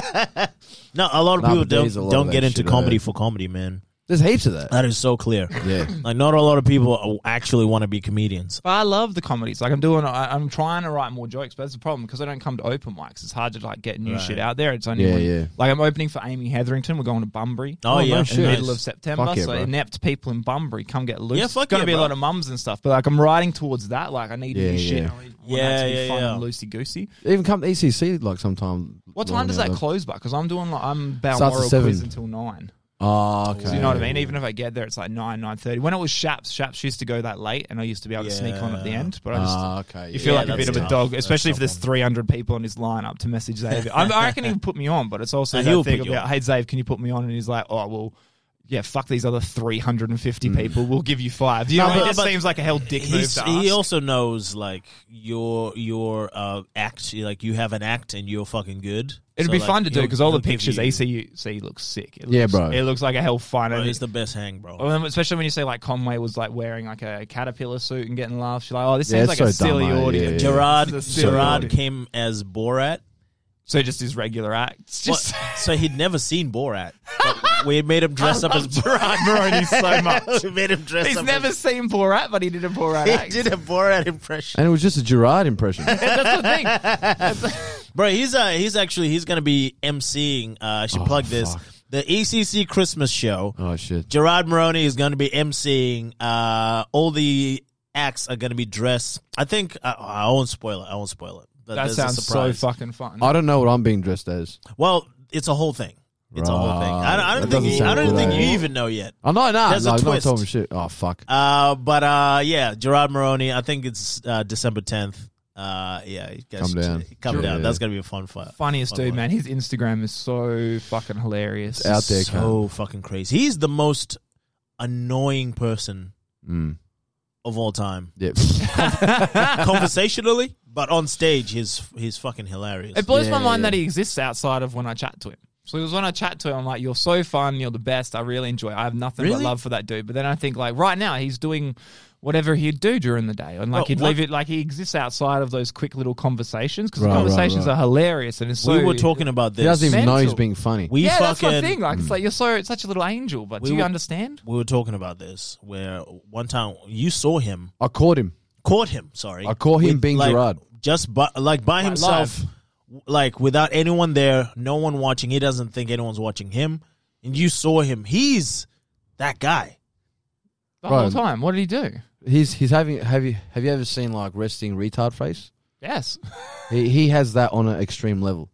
D: a lot of
B: Nah,
D: people
B: but there
D: don't
B: is a lot
D: don't
B: of
D: get
B: that
D: into
B: shit, uh,
D: comedy
B: right?
D: for comedy, man.
B: There's heaps of that.
D: That is so clear.
B: Yeah.
D: Like, not a lot of people actually want to be comedians.
C: But I love the comedies. Like I'm doing, I, I'm trying to write more jokes, but that's the problem because I don't come to open mics. It's hard to like get new shit out there. It's only
B: Yeah,
C: when-
B: yeah.
C: like I'm opening for Amy Hetherington. We're going to Bunbury.
D: Oh,
B: Oh,
D: yeah,
B: no
D: and
B: shit.
C: in the
D: nice.
C: middle of September.
B: Fuck yeah,
C: so
B: bro.
C: inept people in Bunbury come get loose.
D: Yeah, fuck
C: It's gonna
D: yeah,
C: be a
D: bro.
C: lot of mums and stuff, but like I'm riding towards that. Like I need
B: Yeah,
C: new shit.
B: yeah.
C: I need- I want that to
D: Yeah,
C: be
D: yeah,
C: fun
D: yeah.
C: and loosey goosey.
B: Even come to ECC like sometime.
C: What time does that close by? Because I'm doing like I'm
B: Starts at
C: Balmoral
B: seven.
C: quiz until nine.
B: Oh, okay.
C: So you know what I mean? Even if I get there, it's like nine nine thirty. When it was Shaps, Shaps used to go that late, and I used to be able to sneak on at the
D: Yeah.
C: end. But I just
B: Ah, okay.
C: you feel
D: Yeah,
C: like a
D: that's
C: bit of a
D: tough.
C: dog,
D: That's
C: especially if
D: tough
C: there's
D: one.
C: three hundred people on his lineup to message Zave. I'm, I reckon he would put me on, but it's also
D: Uh,
C: that
D: he'll
C: thing
D: put you
C: about
D: on.
C: hey Zave, can you put me on? And he's like, oh well. Yeah, fuck these other 350 people. We'll give you five. You
D: Mm. No,
C: know, it
D: but-
C: just
D: but
C: seems like a hell dick move
D: He's,
C: to
D: he
C: ask.
D: also knows like your your uh, act, like you have an act and you're fucking good.
C: It'd
D: So,
C: be
D: like,
C: fun to do
D: he'll-
C: because all the
D: he'll give
C: pictures
D: you-
C: ECUC looks sick. It
B: Yeah,
C: looks-
B: bro.
C: It looks like a hell fun.
D: Bro,
C: and
D: It's the best hang, bro.
C: Well, then, especially when you say like Conway was like wearing like a caterpillar suit and getting laughs. You're like, oh, this
B: Yeah,
C: seems like
B: it's
C: a
B: so dumb,
C: silly
B: eh?
C: audience.
B: Yeah.
D: Gerard
C: This is a silly
D: Gerard
C: audience.
D: came as Borat.
C: So just his regular acts. Just
D: Well, so he'd never seen Borat. But we made him dress up as Borat.
C: Maroney so much.
D: we made him dress
C: He's
D: up.
C: never
D: as,
C: seen Borat, but he did a Borat
D: he
C: act.
D: did a Borat impression,
B: And it was just a Gerard impression.
C: That's the thing.
D: bro. He's uh, he's actually he's gonna be emceeing. Uh, I should
C: Oh,
D: plug this.
B: fuck.
D: The ECC Christmas show.
B: oh shit.
D: Gerard Moroni is going to be emceeing. Uh, all the acts are going to be dressed. I think I, I won't spoil it. I won't spoil it. But
C: That
D: there's a
C: sounds so
D: surprise.
C: fucking fun.
B: I don't know what I'm being dressed as.
D: Well, it's a whole thing. It's a whole thing. I, don't- I
B: Right.
D: don't
B: That
D: think.
B: doesn't
D: You, I
B: sound
D: don't
B: good,
D: think
B: eh?
D: you even know yet.
B: Oh no, no,
D: There's a
B: no, I'm not
D: twist.
B: talking shit. Oh fuck.
D: Uh, but uh, yeah, Gerard Moroni. I think it's uh, December tenth. Uh, yeah, you guys
B: Come
D: should-
B: down.
D: Come
B: Sure.
D: down.
B: Yeah.
D: That's going to be a fun fight.
C: Funniest
D: Fun
C: dude,
D: one.
C: man. His Instagram is so fucking hilarious.
B: Out there,
D: so fucking crazy. He's the most annoying person
B: Mm.
D: of all time.
B: Yeah.
D: Conversationally, but on stage, he's he's fucking hilarious.
C: It blows
B: Yeah,
C: my mind
B: yeah.
C: that he exists outside of when I chat to him. So it was when I chat to him, I'm like, "You're so fun. You're the best. I really enjoy. It. I have nothing
D: Really?
C: but love for that dude." But then I think like right now he's doing whatever he'd do during the day, and like
D: Well,
C: he'd
D: what-
C: leave it like he exists outside of those quick little conversations because
B: Right,
C: the
B: right,
C: conversations
B: right.
C: are hilarious and it's so
D: we were talking about this.
B: He doesn't even know he's
C: Mental.
B: being funny.
D: we
C: yeah, that's
D: fucking.
C: my thing. Like it's like you're so such a little angel, but
D: We
C: do you
D: were-
C: understand?
D: We were talking about this where one time you saw him,
B: I caught him.
D: caught him. Sorry,
B: I caught him being
D: like,
B: Gerard.
D: just by, like by himself, w- like without anyone there, no one watching. He doesn't think anyone's watching him, and you saw him. He's that guy.
C: The
B: Right.
C: whole time. What did he do?
B: He's he's having have you have you ever seen like resting retard face?
C: Yes.
B: He he has that on an extreme level.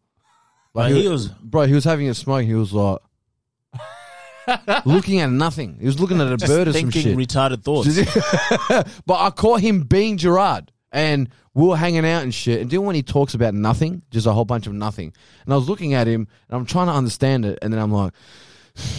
D: But he was
B: bro. He was having a smoke. He was like looking at nothing. He was looking at a bird or some
D: thinking
B: shit.
D: retarded thoughts.
B: but I caught him being Gerard, and we were hanging out and shit. And then when he talks about nothing, just a whole bunch of nothing, and I was looking at him and I'm trying to understand it, and then I'm like.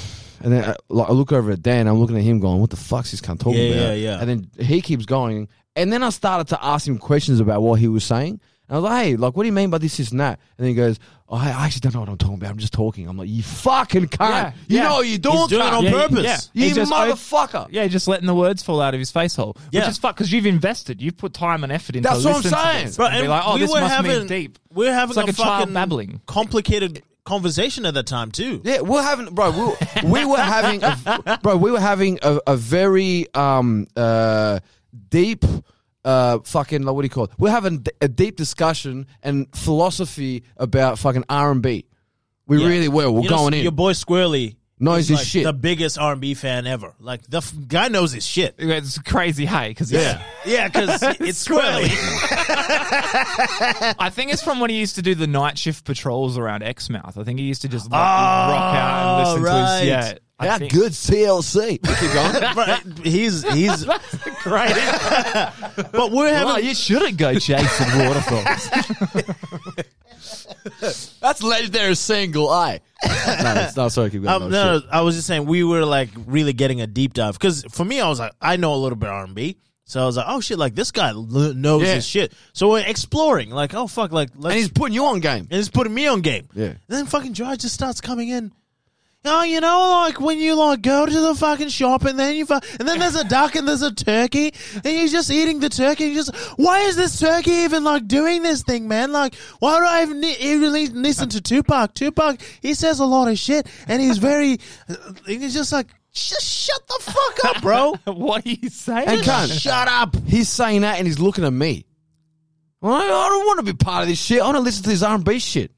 B: And then I, like, I look over at Dan, I'm looking at him going, what the fuck's this cunt talking
D: Yeah,
B: about?
D: yeah, yeah.
B: And then he keeps going. And then I started to ask him questions about what he was saying. And I was like, hey, like, what do you mean by this, this, and that? And then he goes, oh, I I actually don't know what I'm talking about. I'm just talking. I'm like, you fucking cunt.
C: Yeah,
B: you
C: yeah.
B: know what you're doing,
D: He's doing it
B: cunt.
D: on
C: Yeah,
D: purpose.
C: yeah.
B: You
C: He just-
B: motherfucker.
C: Yeah, just letting the words fall out of his face hole,
D: Yeah.
C: which is fuck because you've invested, you've put time and effort into.
B: That's what I'm
C: listening to
B: saying.
C: this
D: Bro,
C: and be
D: and
C: like, oh,
D: we
C: this
D: were
C: must
D: having,
C: mean deep.
D: We are having
C: It's like a child
D: fucking
C: babbling.
D: complicated conversation at that time too.
B: Yeah, we're having, bro. We, we were having, a, bro. We were having a, a very um uh deep uh fucking like, what do you call it? We're having d- a deep discussion and philosophy about fucking R and B. We
D: Yeah.
B: really were. We're
D: You know,
B: going in.
D: Your boy Squirrely
B: Knows
D: is,
B: his
D: like,
B: shit.
D: The biggest R and B fan ever. Like the f- guy knows his shit.
C: It's crazy, hey, because
D: yeah, because it's Squirrely.
C: I think it's from when he used to do the night shift patrols around Exmouth. I think he used to just like, rock out and listen to
D: right.
C: his. Yeah, I
B: How
C: think-
B: good CLC? Keep going.
D: Bro, he's he's great. but we're having
C: Well, you shouldn't go chasing waterfalls.
B: That's legendary single. I. no, it's not sorry. Keep going.
D: Um,
B: no,
D: no,
B: shit.
D: no, I was just saying we were like really getting a deep dive because for me, I was like, I know a little bit R and B, so I was like, oh shit, like this guy l- knows
B: Yeah.
D: his shit. So we're exploring, like, oh fuck, like let's
B: And he's putting you on game.
D: and it's putting me on game.
B: Yeah.
D: And then fucking George just starts coming in. Oh, you know, like when you like go to the fucking shop and then you fu- and then there's a duck and there's a turkey and you're just eating the turkey. And you just why is this turkey even like doing this thing, man? Like why do I even, ni- even li- listen to Tupac? Tupac he says a lot of shit and he's very uh, he's just like just shut the fuck up, bro.
C: what are you saying?
B: And cunt.
D: shut up.
B: He's saying that and he's looking at me. Well, I I don't want to be part of this shit. I want to listen to this R and B shit.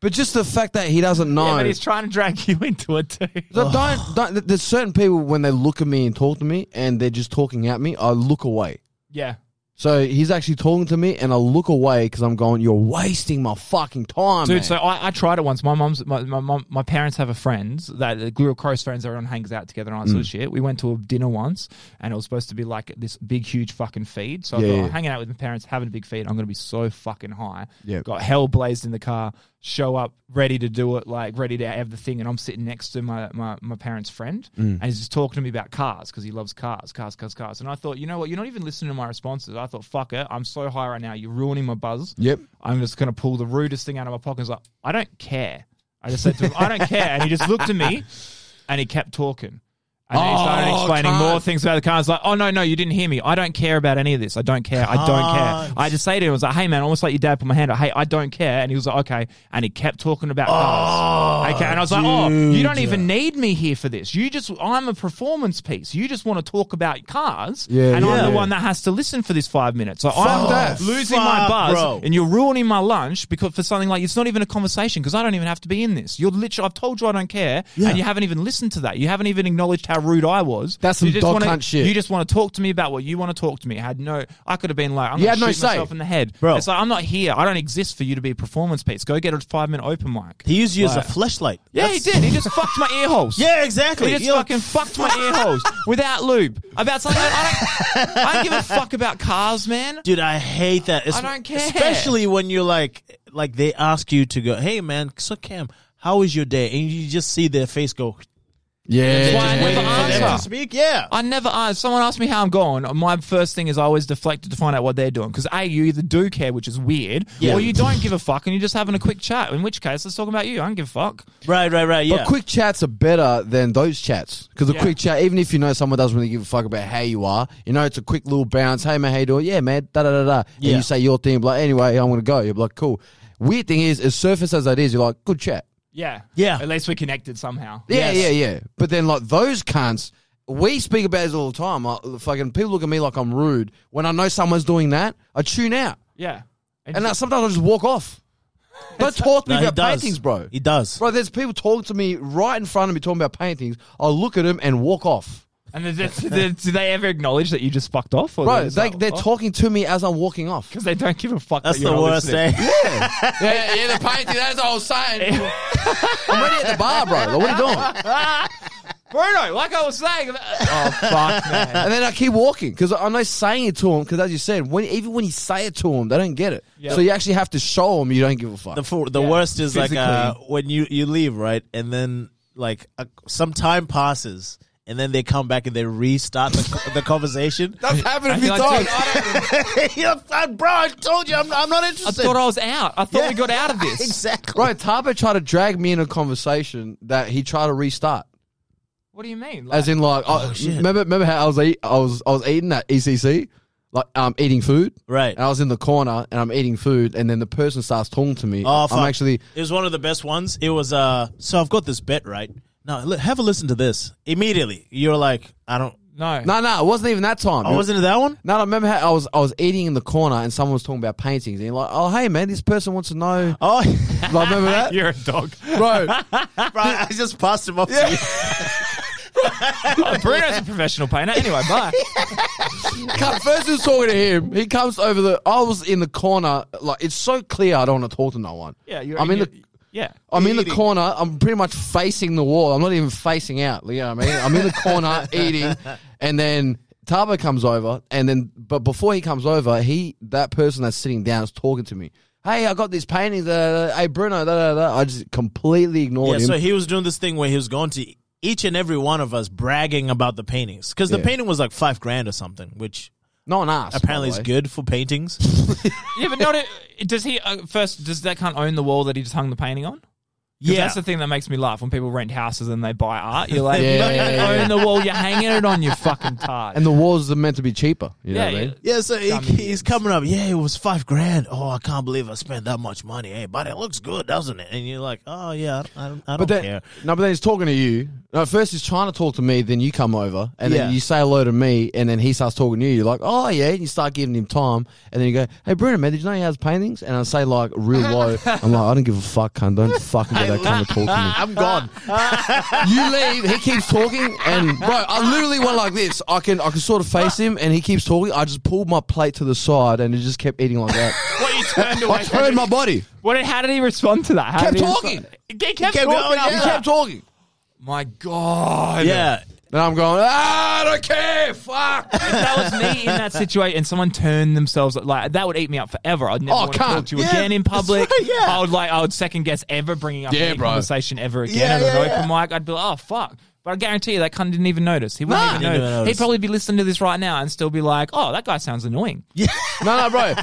B: But just the fact that he doesn't know.
C: Yeah, but he's trying to drag you into it too.
B: So don't, don't, th- there's certain people when they look at me and talk to me and they're just talking at me, I look away.
C: Yeah.
B: So he's actually talking to me and I look away because I'm going, you're wasting my fucking time.
C: Dude,
B: man."
C: so I, I tried it once. My mom's, my, my mom, my parents have a friend that the real close friends. Everyone hangs out together and all that
B: Mm.
C: sort of shit. We went to a dinner once, and it was supposed to be like this big, huge fucking feed. So I
B: Yeah,
C: thought,
B: yeah.
C: I'm hanging out with my parents, having a big feed. I'm gonna be so fucking high.
B: Yeah.
C: got hell blazed in the car. Show up ready to do it, like ready to have the thing. And I'm sitting next to my my, my parents' friend,
B: Mm.
C: and he's just talking to me about cars because he loves cars, cars, cars, cars. And I thought, you know what? You're not even listening to my responses. I thought, fuck it, I'm so high right now. You're ruining my buzz.
B: Yep.
C: I'm just going to pull the rudest thing out of my pocket. He's like, I don't care. I just said to him, I don't care. And he just looked at me and he kept talking. And then he started
B: Oh,
C: explaining
B: cunt.
C: more things about the car. It's like, oh, no, no, you didn't hear me. I don't care about any of this. I don't care. I don't care. I just say to him, I was like, hey, man, almost like your dad put my hand up. Hey, I don't care. And he was like, okay. And he kept talking about cars. Okay. And I was like, oh, you don't even need me here for this. You just, I'm a performance piece. You just want to talk about cars.
B: Yeah,
C: and I'm the
B: yeah.
C: one that has to listen for this five minutes. So I'm
B: that.
C: losing
D: Fuck,
C: my buzz
D: bro.
C: and you're ruining my lunch because for something like it's not even a conversation because I don't even have to be in this. You're literally I've told you I don't care, and you haven't even listened to that. You haven't even acknowledged how rude I was.
B: That's
C: you
B: some dog
C: wanna,
B: cunt shit.
C: You just want to talk to me about what you want to talk to me. I had no, I could have been like, I'm
B: You
C: gonna
B: had no
C: shoot
B: say.
C: myself in the head,
D: Bro.
C: It's like I'm not here. I don't exist for you to be a performance piece. Go get a five minute open mic.
D: He used you as a flashlight.
C: yeah, he did. He just fucked my ear holes.
D: Yeah, exactly.
C: He just
D: You're like,
C: fucking fucked my ear holes without lube about something. that I don't, I don't give a fuck about cars, man.
D: Dude, I hate that. It's-
C: don't care.
D: Especially when you're like, like they ask you to go, hey man, so Cam, how was your day? And you just see their face go,
B: Yeah.
C: Why I never
D: waiting for them to
C: answer.
D: speak. Yeah.
C: I never ask. Someone asked me how I'm going. My first thing is I always deflect it to find out what they're doing because a you either do care, which is weird,
D: Yeah.
C: or you don't give a fuck and you're just having a quick chat. In which case, let's talk about you. I don't give a fuck.
D: Right, right, right.
B: But
D: Yeah.
B: quick chats are better than those chats because a
C: Yeah.
B: quick chat, even if you know someone doesn't really give a fuck about how you are, you know it's a quick little bounce. Hey man, how you doing? Yeah, man. Da da da da. And
D: Yeah.
B: you say your thing, like anyway, I'm gonna go. You're like, cool. Weird thing is, as surface as that is, you're like, good chat.
C: Yeah,
D: Yeah.
C: At least we're connected somehow.
B: Yeah,
D: Yes.
B: yeah, yeah. But then like those cunts, we speak about it all the time. Like, fucking people look at me like I'm rude when I know someone's doing that. I tune out,
C: Yeah, and,
B: and I, sometimes I just walk off. Don't talk to me
D: No, he
B: about
D: does.
B: paintings, bro.
D: He does.
B: Bro, there's people talking to me right in front of me talking about paintings. I look at them and walk off.
C: and the, the, the, do they ever acknowledge that you just fucked off? Or
B: Bro, they, they're talking to me as I'm walking off.
C: because they don't give a fuck.
D: That's
C: that you're
D: the
C: not
D: worst
C: listening.
D: thing.
B: yeah, yeah, the painting, that's all I'm saying. I'm ready at the bar, bro. Like, what are you doing?
C: Bruno, like I was saying. oh fuck, man.
B: And then I keep walking because I know saying it to them because, as you said, when, even when you say it to them, they don't get it.
C: Yeah.
B: So you actually have to show them you don't give a fuck.
D: The fo- the
C: Yeah.
D: worst is like uh,
B: Physically.
D: when you you leave right, and then like uh, some time passes, and then they come back and they restart the, the conversation.
B: That's happened a
C: I
B: few
C: feel like-
B: times.
D: You're fine, bro, I told you I'm, I'm not
C: I
D: interested.
C: thought I was out. I thought
D: Yeah.
C: we got out of this.
D: exactly.
B: Bro, Tabo tried to drag me in a conversation that he tried to restart.
C: What do you mean? Like,
B: As in, like,
D: Oh,
B: I, remember, remember how I was, eat, I was, I was eating at ECC, like, um, eating food,
D: Right.
B: and I was in the corner and I'm eating food, and then the person starts talking to me.
D: Oh, fuck.
B: I'm actually,
D: It was one of the best ones. It was uh. So I've got this bet right now. li- Have a listen to this immediately. You're like, I don't.
C: no,
B: no, no, it wasn't even that time.
D: I wasn't that one.
B: No, no, remember how I was, I was eating in the corner and someone was talking about paintings, and you're like, oh, hey, man, this person wants to know.
D: Oh,
B: Like, remember that?
C: you're a dog.
B: Bro,
D: bro, I just passed him off. To you.
C: Oh, Bruno's a professional painter. Anyway, bye.
B: Come- First, he was talking to him. He comes over the. I was in the corner. Like it's so clear. I don't want to talk to no one.
C: Yeah, you're.
B: I'm in the.
C: you're- Yeah.
B: I'm in the corner. I'm pretty much facing the wall. I'm not even facing out. You know what I mean? I'm in the corner eating, and then Tabo comes over, and then but before he comes over, he that person that's sitting down is talking to me. Hey, I got these paintings. Da, da, da. Hey, Bruno. Da, da, da. I just completely
D: Yeah,
B: ignored him.
D: so he was doing this thing where he was going to each and every one of us bragging about the paintings because the
B: Yeah.
D: painting was like five grand or something, which
B: no one asked. by
D: apparently
B: the
D: is
B: way.
D: good for paintings.
C: Yeah, but not. Does he uh, first? Does that can't own the wall that he just hung the painting on? 'Cause
D: yeah,
C: that's the thing that makes me laugh when people rent houses and they buy art. You're like,
B: Yeah,
C: you don't even
B: yeah, yeah.
C: own the wall. You're hanging it on your fucking tart.
B: And the walls are meant to be cheaper. You know
C: yeah,
B: what I mean?
C: yeah.
D: yeah. So he,
C: Dumb
D: he's coming up. Yeah, it was five grand. Oh, I can't believe I spent that much money. Hey, but it looks good, doesn't it? And you're like, oh yeah, I, I, don't- I don't
B: But then,
D: care.
B: no, but then he's talking to you. No, first he's trying to talk to me, then you come over, and
D: Yeah.
B: then you say hello to me, and then he starts talking to you. You're like, oh yeah, and you start giving him time, and then you go, hey Bruno, man, did you know he has paintings? And I say like real low, I'm like, I don't give a fuck, cunt. Don't fucking get that kind of talk to me.
D: I'm gone.
B: You leave, he keeps talking, and bro, I literally went like this. I can, I can sort of face him, and he keeps talking. I just pulled my plate to the side, and he just kept eating like that.
C: What you turned away?
B: I turned my body.
C: What? How did he respond to that? How
B: Kept
C: did he
B: talking.
C: respond? He kept, talking.
D: going,
C: after
B: He
D: Yeah.
C: that.
B: kept talking.
C: My God.
D: yeah,
B: And I'm going, ah, I don't care, fuck.
C: If that was me in that situation and someone turned themselves like that would eat me up forever. I'd never
B: Oh,
C: want to
B: can't.
C: talk to you
D: Yeah,
C: again in
D: that's
C: public.
D: right, yeah.
C: I would like I would second guess ever bringing up
B: Yeah,
C: any
B: bro.
C: conversation ever again
D: Yeah,
C: at an
D: yeah,
C: open mic. I'd be like, oh fuck. But I guarantee you that cunt didn't even notice. He wouldn't
D: Nah.
C: even
D: Didn't
C: notice.
D: even notice.
C: He'd probably be listening to this right now and still be like, oh, that guy sounds annoying.
B: No, no, bro.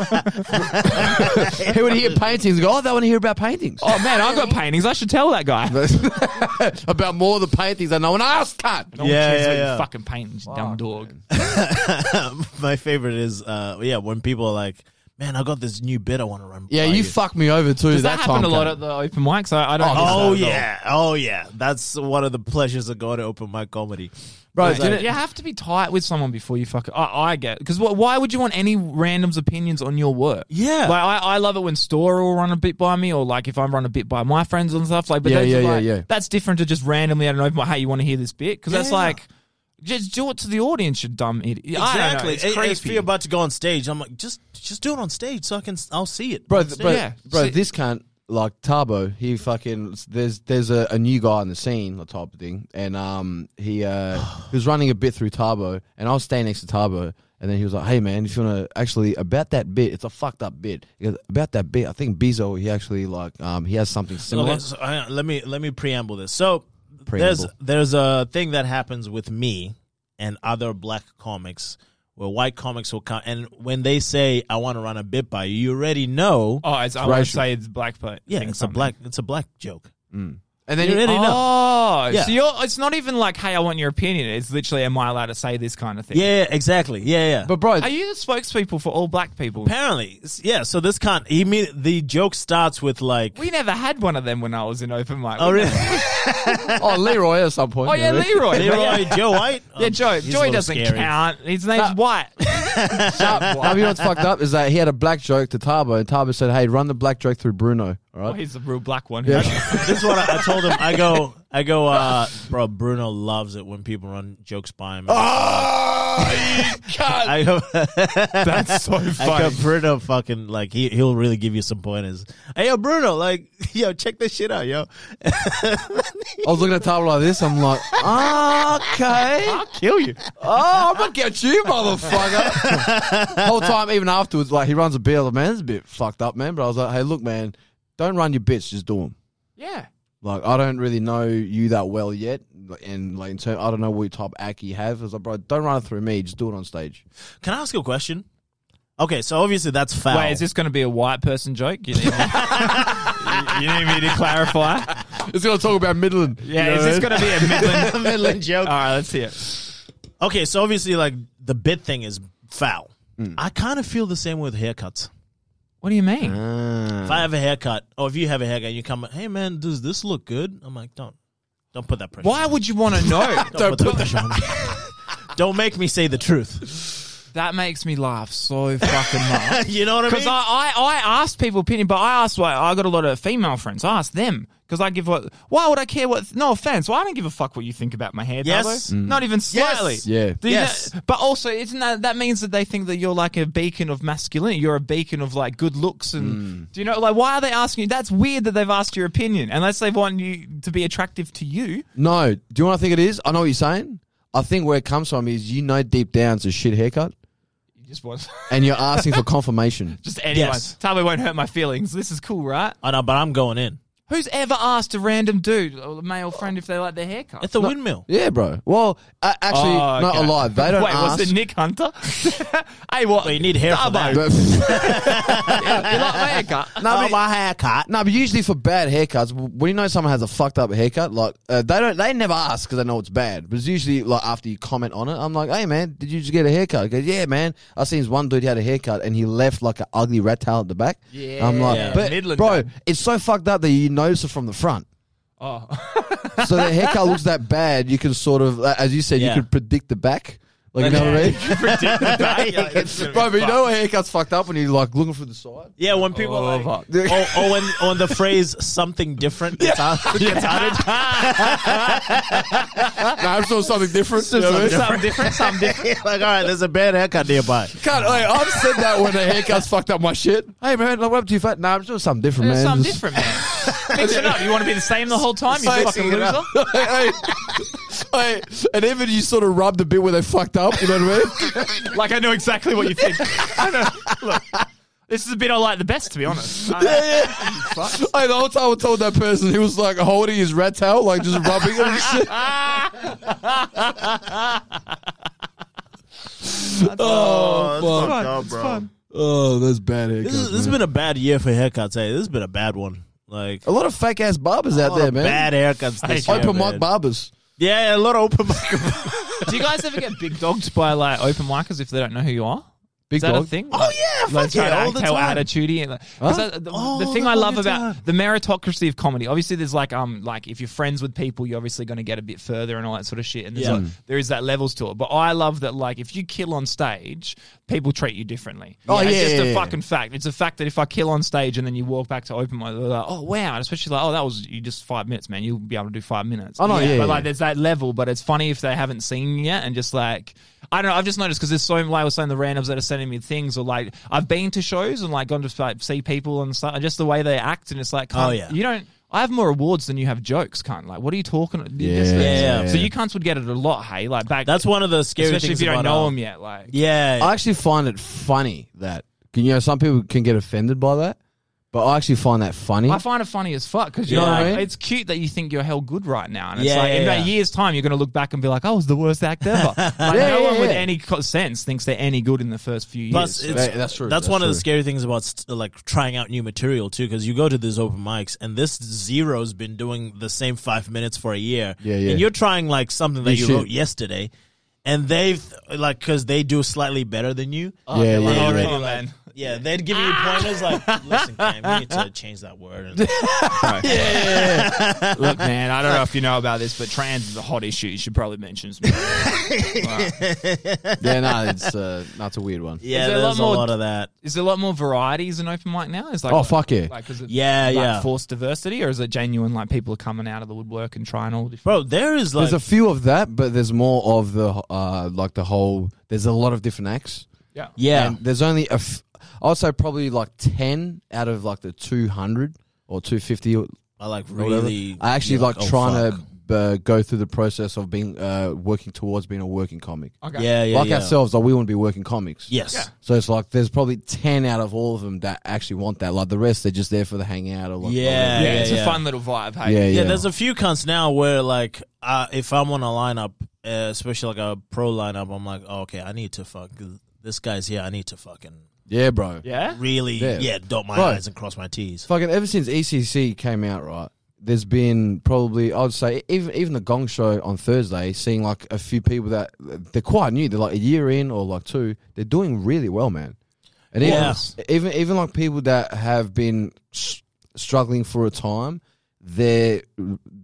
B: he would hear paintings. Go, oh, they want to hear about paintings.
C: Oh man, I've got paintings. I should tell that guy. No
B: about more of the paintings that no one asked. Cut.
C: one
D: Yeah,
C: cares
D: yeah,
C: about your
D: yeah.
C: fucking paintings, you dumb dog.
D: Um, my favorite is uh, yeah when people are like, man, I got this new bit I want to run.
B: Yeah,
D: by
B: you fucked me over too.
C: Does that,
B: that,
C: happen
B: time,
C: a lot
B: cunt.
C: at the open mics? I, I don't.
D: Oh
C: know.
D: yeah, oh yeah. That's one of the pleasures of going to open mic comedy,
B: bro.
D: It's
B: didn't-
D: like-
C: You have to be tight with someone before you fuck. I, I get because why would you want any random's opinions on your work?
D: Yeah.
C: like I, I love it when Stora will run a bit by me, or like if I run a bit by my friends and stuff. Like, but
B: Yeah,
C: those
B: yeah,
C: are
B: yeah,
C: like-
B: yeah.
C: That's different to just randomly at an open mic. Hey, you want to hear this bit? Because that's
D: Yeah.
C: like just do it to the audience, you dumb idiot. I don't know,
D: Exactly.
C: it's
D: And- and If
C: creepy.
D: you're about to go on stage, I'm like, just just do it on stage so I can I'll see it.
B: bro, th- bro,
C: yeah.
B: bro.
C: See-
B: this cunt, like Tabo, he fucking there's there's a, a new guy in the scene, the type of thing, and um he uh he was running a bit through Tabo, and I was standing next to Tabo, and then he was like, "Hey man, if you wanna actually about that bit, it's a fucked up bit. He goes, about that bit, I think Bizo he actually like um he has something similar."
D: Okay, so, hang on, let me let me preamble this. So
B: preamble.
D: There's there's a thing that happens with me and other black comics where white comics will come and when they say I want to run a bit by you, you already know.
C: Oh, it's, I want to
B: racial.
C: say it's black but
D: yeah,
C: think
D: it's
C: something.
D: a black it's a black joke.
B: and then
D: You
B: you,
D: already know.
C: Oh,
D: Yeah.
C: so you're, it's not even like, hey, I want your opinion. It's literally, am I allowed to say this kind of thing?
D: Yeah, yeah, exactly. Yeah, yeah.
B: but bro,
C: Are you the spokespeople for all black people?
D: apparently, s- yeah. So this can't. He mean the joke starts with like.
C: We never had one of them when I was in open mic.
D: Oh
C: We
D: really?
C: never-
B: oh Leroy at some point.
C: Oh, yeah,
B: maybe.
C: Leroy.
D: Leroy Joe White.
C: Yeah,
D: Um,
C: Joe.
D: he's a
C: Joey
D: little
C: doesn't
D: scary.
C: count. His name's White.
B: Nah, nah, you know what's fucked up is that he had a black joke to Tabo, and Tabo said, "Hey, run the black joke through Bruno." All
C: Oh,
B: right.
C: he's the real black one.
B: Yeah.
D: this is what I, I told him. I go, I go, uh, bro. Bruno loves it when people run jokes by
C: Oh,
D: him. I go,
C: That's so
D: I go,
C: funny.
D: Bruno fucking like he he'll really give you some pointers. Hey yo, Bruno, like yo, check this shit out, yo.
B: I was looking at Tabo like this. I'm like, okay.
C: I'll kill you.
B: Oh, I'm gonna get you, motherfucker. Whole time, even afterwards, like he runs a beer. Like, man, this is a bit fucked up, man. But I was like, hey, look, man, don't run your bits. Just do them.
C: Yeah.
B: Like, I don't really know you that well yet, like, and like in term, I don't know what type of act you have. I was like, bro, don't run it through me. Just do it on stage.
D: Can I ask you a question? Okay, so obviously that's foul.
C: Wait, is this going to be a white person joke? You need, you need me to clarify?
B: It's gonna talk about Midland.
C: Yeah, is this going to be a Midland?
D: Midland
C: All
D: joke?
C: right, let's hear it.
D: Okay, so obviously like the bit thing is foul. I kind of feel the same way with haircuts.
C: What do you mean?
D: Uh, If I have a haircut, or if you have a haircut, you come, hey man, does this look good? I'm like, don't, don't put that pressure.
C: Why would you want to know?
D: Don't, put that pressure on me. Don't make me say the truth.
C: that makes me laugh so fucking much.
D: You know what I mean?
C: Because I, I, I asked people opinion, but I asked why I got a lot of female friends. I asked them because I give what? Why would I care what? No offense. Why I don't give a fuck what you think about my hair.
D: Yes.
C: Dubbo. not even slightly.
B: Yeah.
C: Do you
D: Yes.
C: know- but also isn't that that means that they think that you're like a beacon of masculinity? You're a beacon of like good looks and
D: Mm.
C: do you know like why are they asking you? That's weird that they've asked your opinion unless they want you to be attractive to you.
B: No, do you want to think it is? I know what you're saying. I think where it comes from is you know deep down it's a shit haircut,
C: You just want
B: and you're asking for confirmation.
C: just anyone.
D: Yes.
C: Tabo won't hurt my feelings. This is cool, right?
D: I know, Oh, but I'm going in.
C: Who's ever asked a random dude, or a male friend, if they like their haircut?
D: It's a windmill.
B: Yeah, bro. Well, uh, actually,
C: Oh,
B: not
C: okay.
B: alive. They don't
C: Wait,
B: ask.
C: was it Nick Hunter? hey, what?
D: Well, you need hair for that.
B: But-
C: you like my haircut?
B: No,
D: Oh,
B: but-
D: my haircut.
B: No, but usually for bad haircuts, w- when you know someone has a fucked up haircut, like uh, they don't, they never ask because they know it's bad. But it's usually like after you comment on it, I'm like, "Hey man, did you just get a haircut?" He goes, "Yeah man." I seen this one dude he had a haircut and he left like an ugly rat tail at the back.
C: Yeah.
B: I'm like,
C: Yeah.
B: but
C: Midland
B: bro,
C: guy.
B: it's so fucked up that you notice it from the front.
C: Oh,
B: So the haircut looks that bad, you can sort of, like, as you said,
D: Yeah.
B: you could predict the back. Like you know what I mean? Bro, but you know a haircut's fucked up when you're like looking for the side.
D: Yeah, when people
C: Oh,
D: like,
C: fuck.
D: or, or when on the phrase something different gets, out- gets added.
B: No, I'm doing something different.
C: something different, something different.
D: like, all right, there's a bad haircut nearby.
B: Can't, wait, I've said that when a haircut's fucked up my shit. Hey man, like, what up to you, fat? Nah, I'm doing something different, man.
C: Something
B: Just-
C: different, man. Mix it up. You want to be the same the whole time, you fucking
B: Spicing it
C: loser?
B: up. hey, hey, and even you sort of rubbed a bit where they fucked up. You know what I mean?
C: Like, I know exactly what you think. I know. Look, this is a bit I like the best, to be honest. I-
B: hey, the whole time I told that person, he was like holding his rat tail, like just rubbing it and shit.
A: Oh,
B: fuck.
A: fucked up, bro.
B: Oh, that's bad haircuts.
D: This, is, this has
B: man.
D: been a bad year for haircuts. Hey, this has been a bad one. Like
B: a lot of fake ass barbers out
D: lot
B: there,
D: of
B: man.
D: bad haircuts. This year,
B: Open
D: man.
B: mic barbers.
D: Yeah, a lot of open mic.
C: Do you guys ever get big dogged by like open micers if they don't know who you are?
B: Big
C: Is that
B: dog.
C: a thing?
D: Oh yeah, fuck
C: Like,
D: yeah,
C: trying to
D: all
C: act
D: the
C: how
D: time.
C: attitudey and like, 'cause
B: Huh?
C: I- the,
D: All
C: the
D: the
C: thing I love
D: fucking
C: about
D: time.
C: the meritocracy of comedy. Obviously, there's like um like if you're friends with people, you're obviously going to get a bit further and all that sort of shit. And there's
D: Yeah.
C: like, there is that levels to it. But I love that like if you kill on stage, people treat you differently.
B: Oh,
C: it's
B: yeah,
C: just
B: yeah,
C: a
B: yeah.
C: fucking fact. It's a fact that if I kill on stage and then you walk back to open mic, they're like, oh wow, and especially like oh that was you just five minutes, man. You'll be able to do five minutes.
B: Oh, no, yeah,
C: but
B: yeah,
C: like
B: yeah.
C: there's that level, but it's funny if they haven't seen you yet and just like I don't know. I've just noticed because there's so like I was saying the randoms that are sending me things or like I've been to shows and like gone to like see people and stuff and just the way they act and it's like cunt,
D: Oh, yeah.
C: you don't. I have more awards than you have jokes, cunt. Like, what are you talking?
B: Yeah,
C: just-
D: yeah, yeah.
C: So you cunts would get it a lot, hey. Like back,
D: That's one of the scary
C: especially
D: things
C: if you don't
D: about,
C: know
D: uh,
C: them yet. Like,
D: Yeah,
B: I actually find it funny that you know some people can get offended by that, But I actually find that funny.
C: I find it funny as fuck because you
B: Yeah.
C: know
B: Know what I
C: like,
B: mean?
C: it's cute that you think you're held good right now, and it's
D: Yeah,
C: like in
D: yeah,
C: about a
D: yeah.
C: year's time you're going to look back and be like, "I was the worst act ever." like, no
B: yeah,
C: one with
B: yeah.
C: any co- sense thinks they're any good in the first few years.
D: Plus, it's,
B: Yeah, that's true,
D: That's,
B: that's
D: one of
B: true.
D: the scary things about st- like trying out new material too, because you go to these open mics and this zero's been doing the same five minutes for a year.
B: Yeah, yeah.
D: And you're trying like something that
B: New
D: you
B: shit.
D: wrote yesterday, and they've like because they do slightly better than you.
B: yeah, yeah,
D: Like,
B: yeah.
D: already,
C: Oh,
D: like-
C: man.
D: yeah, they'd give you
C: Ah!
D: pointers like, listen, man, we need to change that word. And-
C: Look, man, I don't know if you know about this, but trans is a hot issue. You should probably mention. Some
B: Yeah, no, it's uh, that's a weird one.
D: yeah,
C: Is there a lot
D: there's a
C: more-
D: lot of that.
C: is there a lot more varieties in open mic now? Is like,
B: Oh, fuck yeah.
C: Like, is it
D: Yeah,
C: like,
D: yeah.
C: forced diversity, or is it genuine? Like people are coming out of the woodwork and trying all different.
D: Bro, there is like
B: There's a few of that, but there's more of the uh, like the whole. There's a lot of different acts.
C: Yeah,
D: yeah.
B: And there's only a. F- I'd say probably like ten out of like the two hundred or two fifty.
D: I like
B: whatever.
D: really.
B: I actually
D: you're
B: like
D: oh,
B: trying
D: fuck.
B: to uh, go through the process of being uh, working towards being a working comic.
C: Okay.
D: Yeah, yeah,
B: like
D: yeah.
B: ourselves, like we want to be working comics.
D: Yes.
C: Yeah.
B: So it's like there's probably ten out of all of them that actually want that. Like the rest, they're just there for the hangout or like
D: Yeah.
C: Yeah, it's a
D: yeah.
C: fun little vibe.
B: yeah,
C: Hey,
B: yeah.
D: Yeah, there's a few cunts now where like uh, if I'm on a lineup, uh, especially like a pro lineup, I'm like, oh, okay, I need to fuck this guy's here. I need to fucking
B: yeah, bro.
C: yeah.
D: really,
B: Yeah.
D: yeah, dot my
B: Right.
D: i's and cross my t's.
B: Fucking ever since ECC came out, right? There's been probably I'd say e-, even even the Gong Show on Thursday, seeing like a few people that they're quite new. They're like a year in or like two. They're doing really well, man. And even
D: Yeah.
B: even even like people that have been s- struggling for a time, they're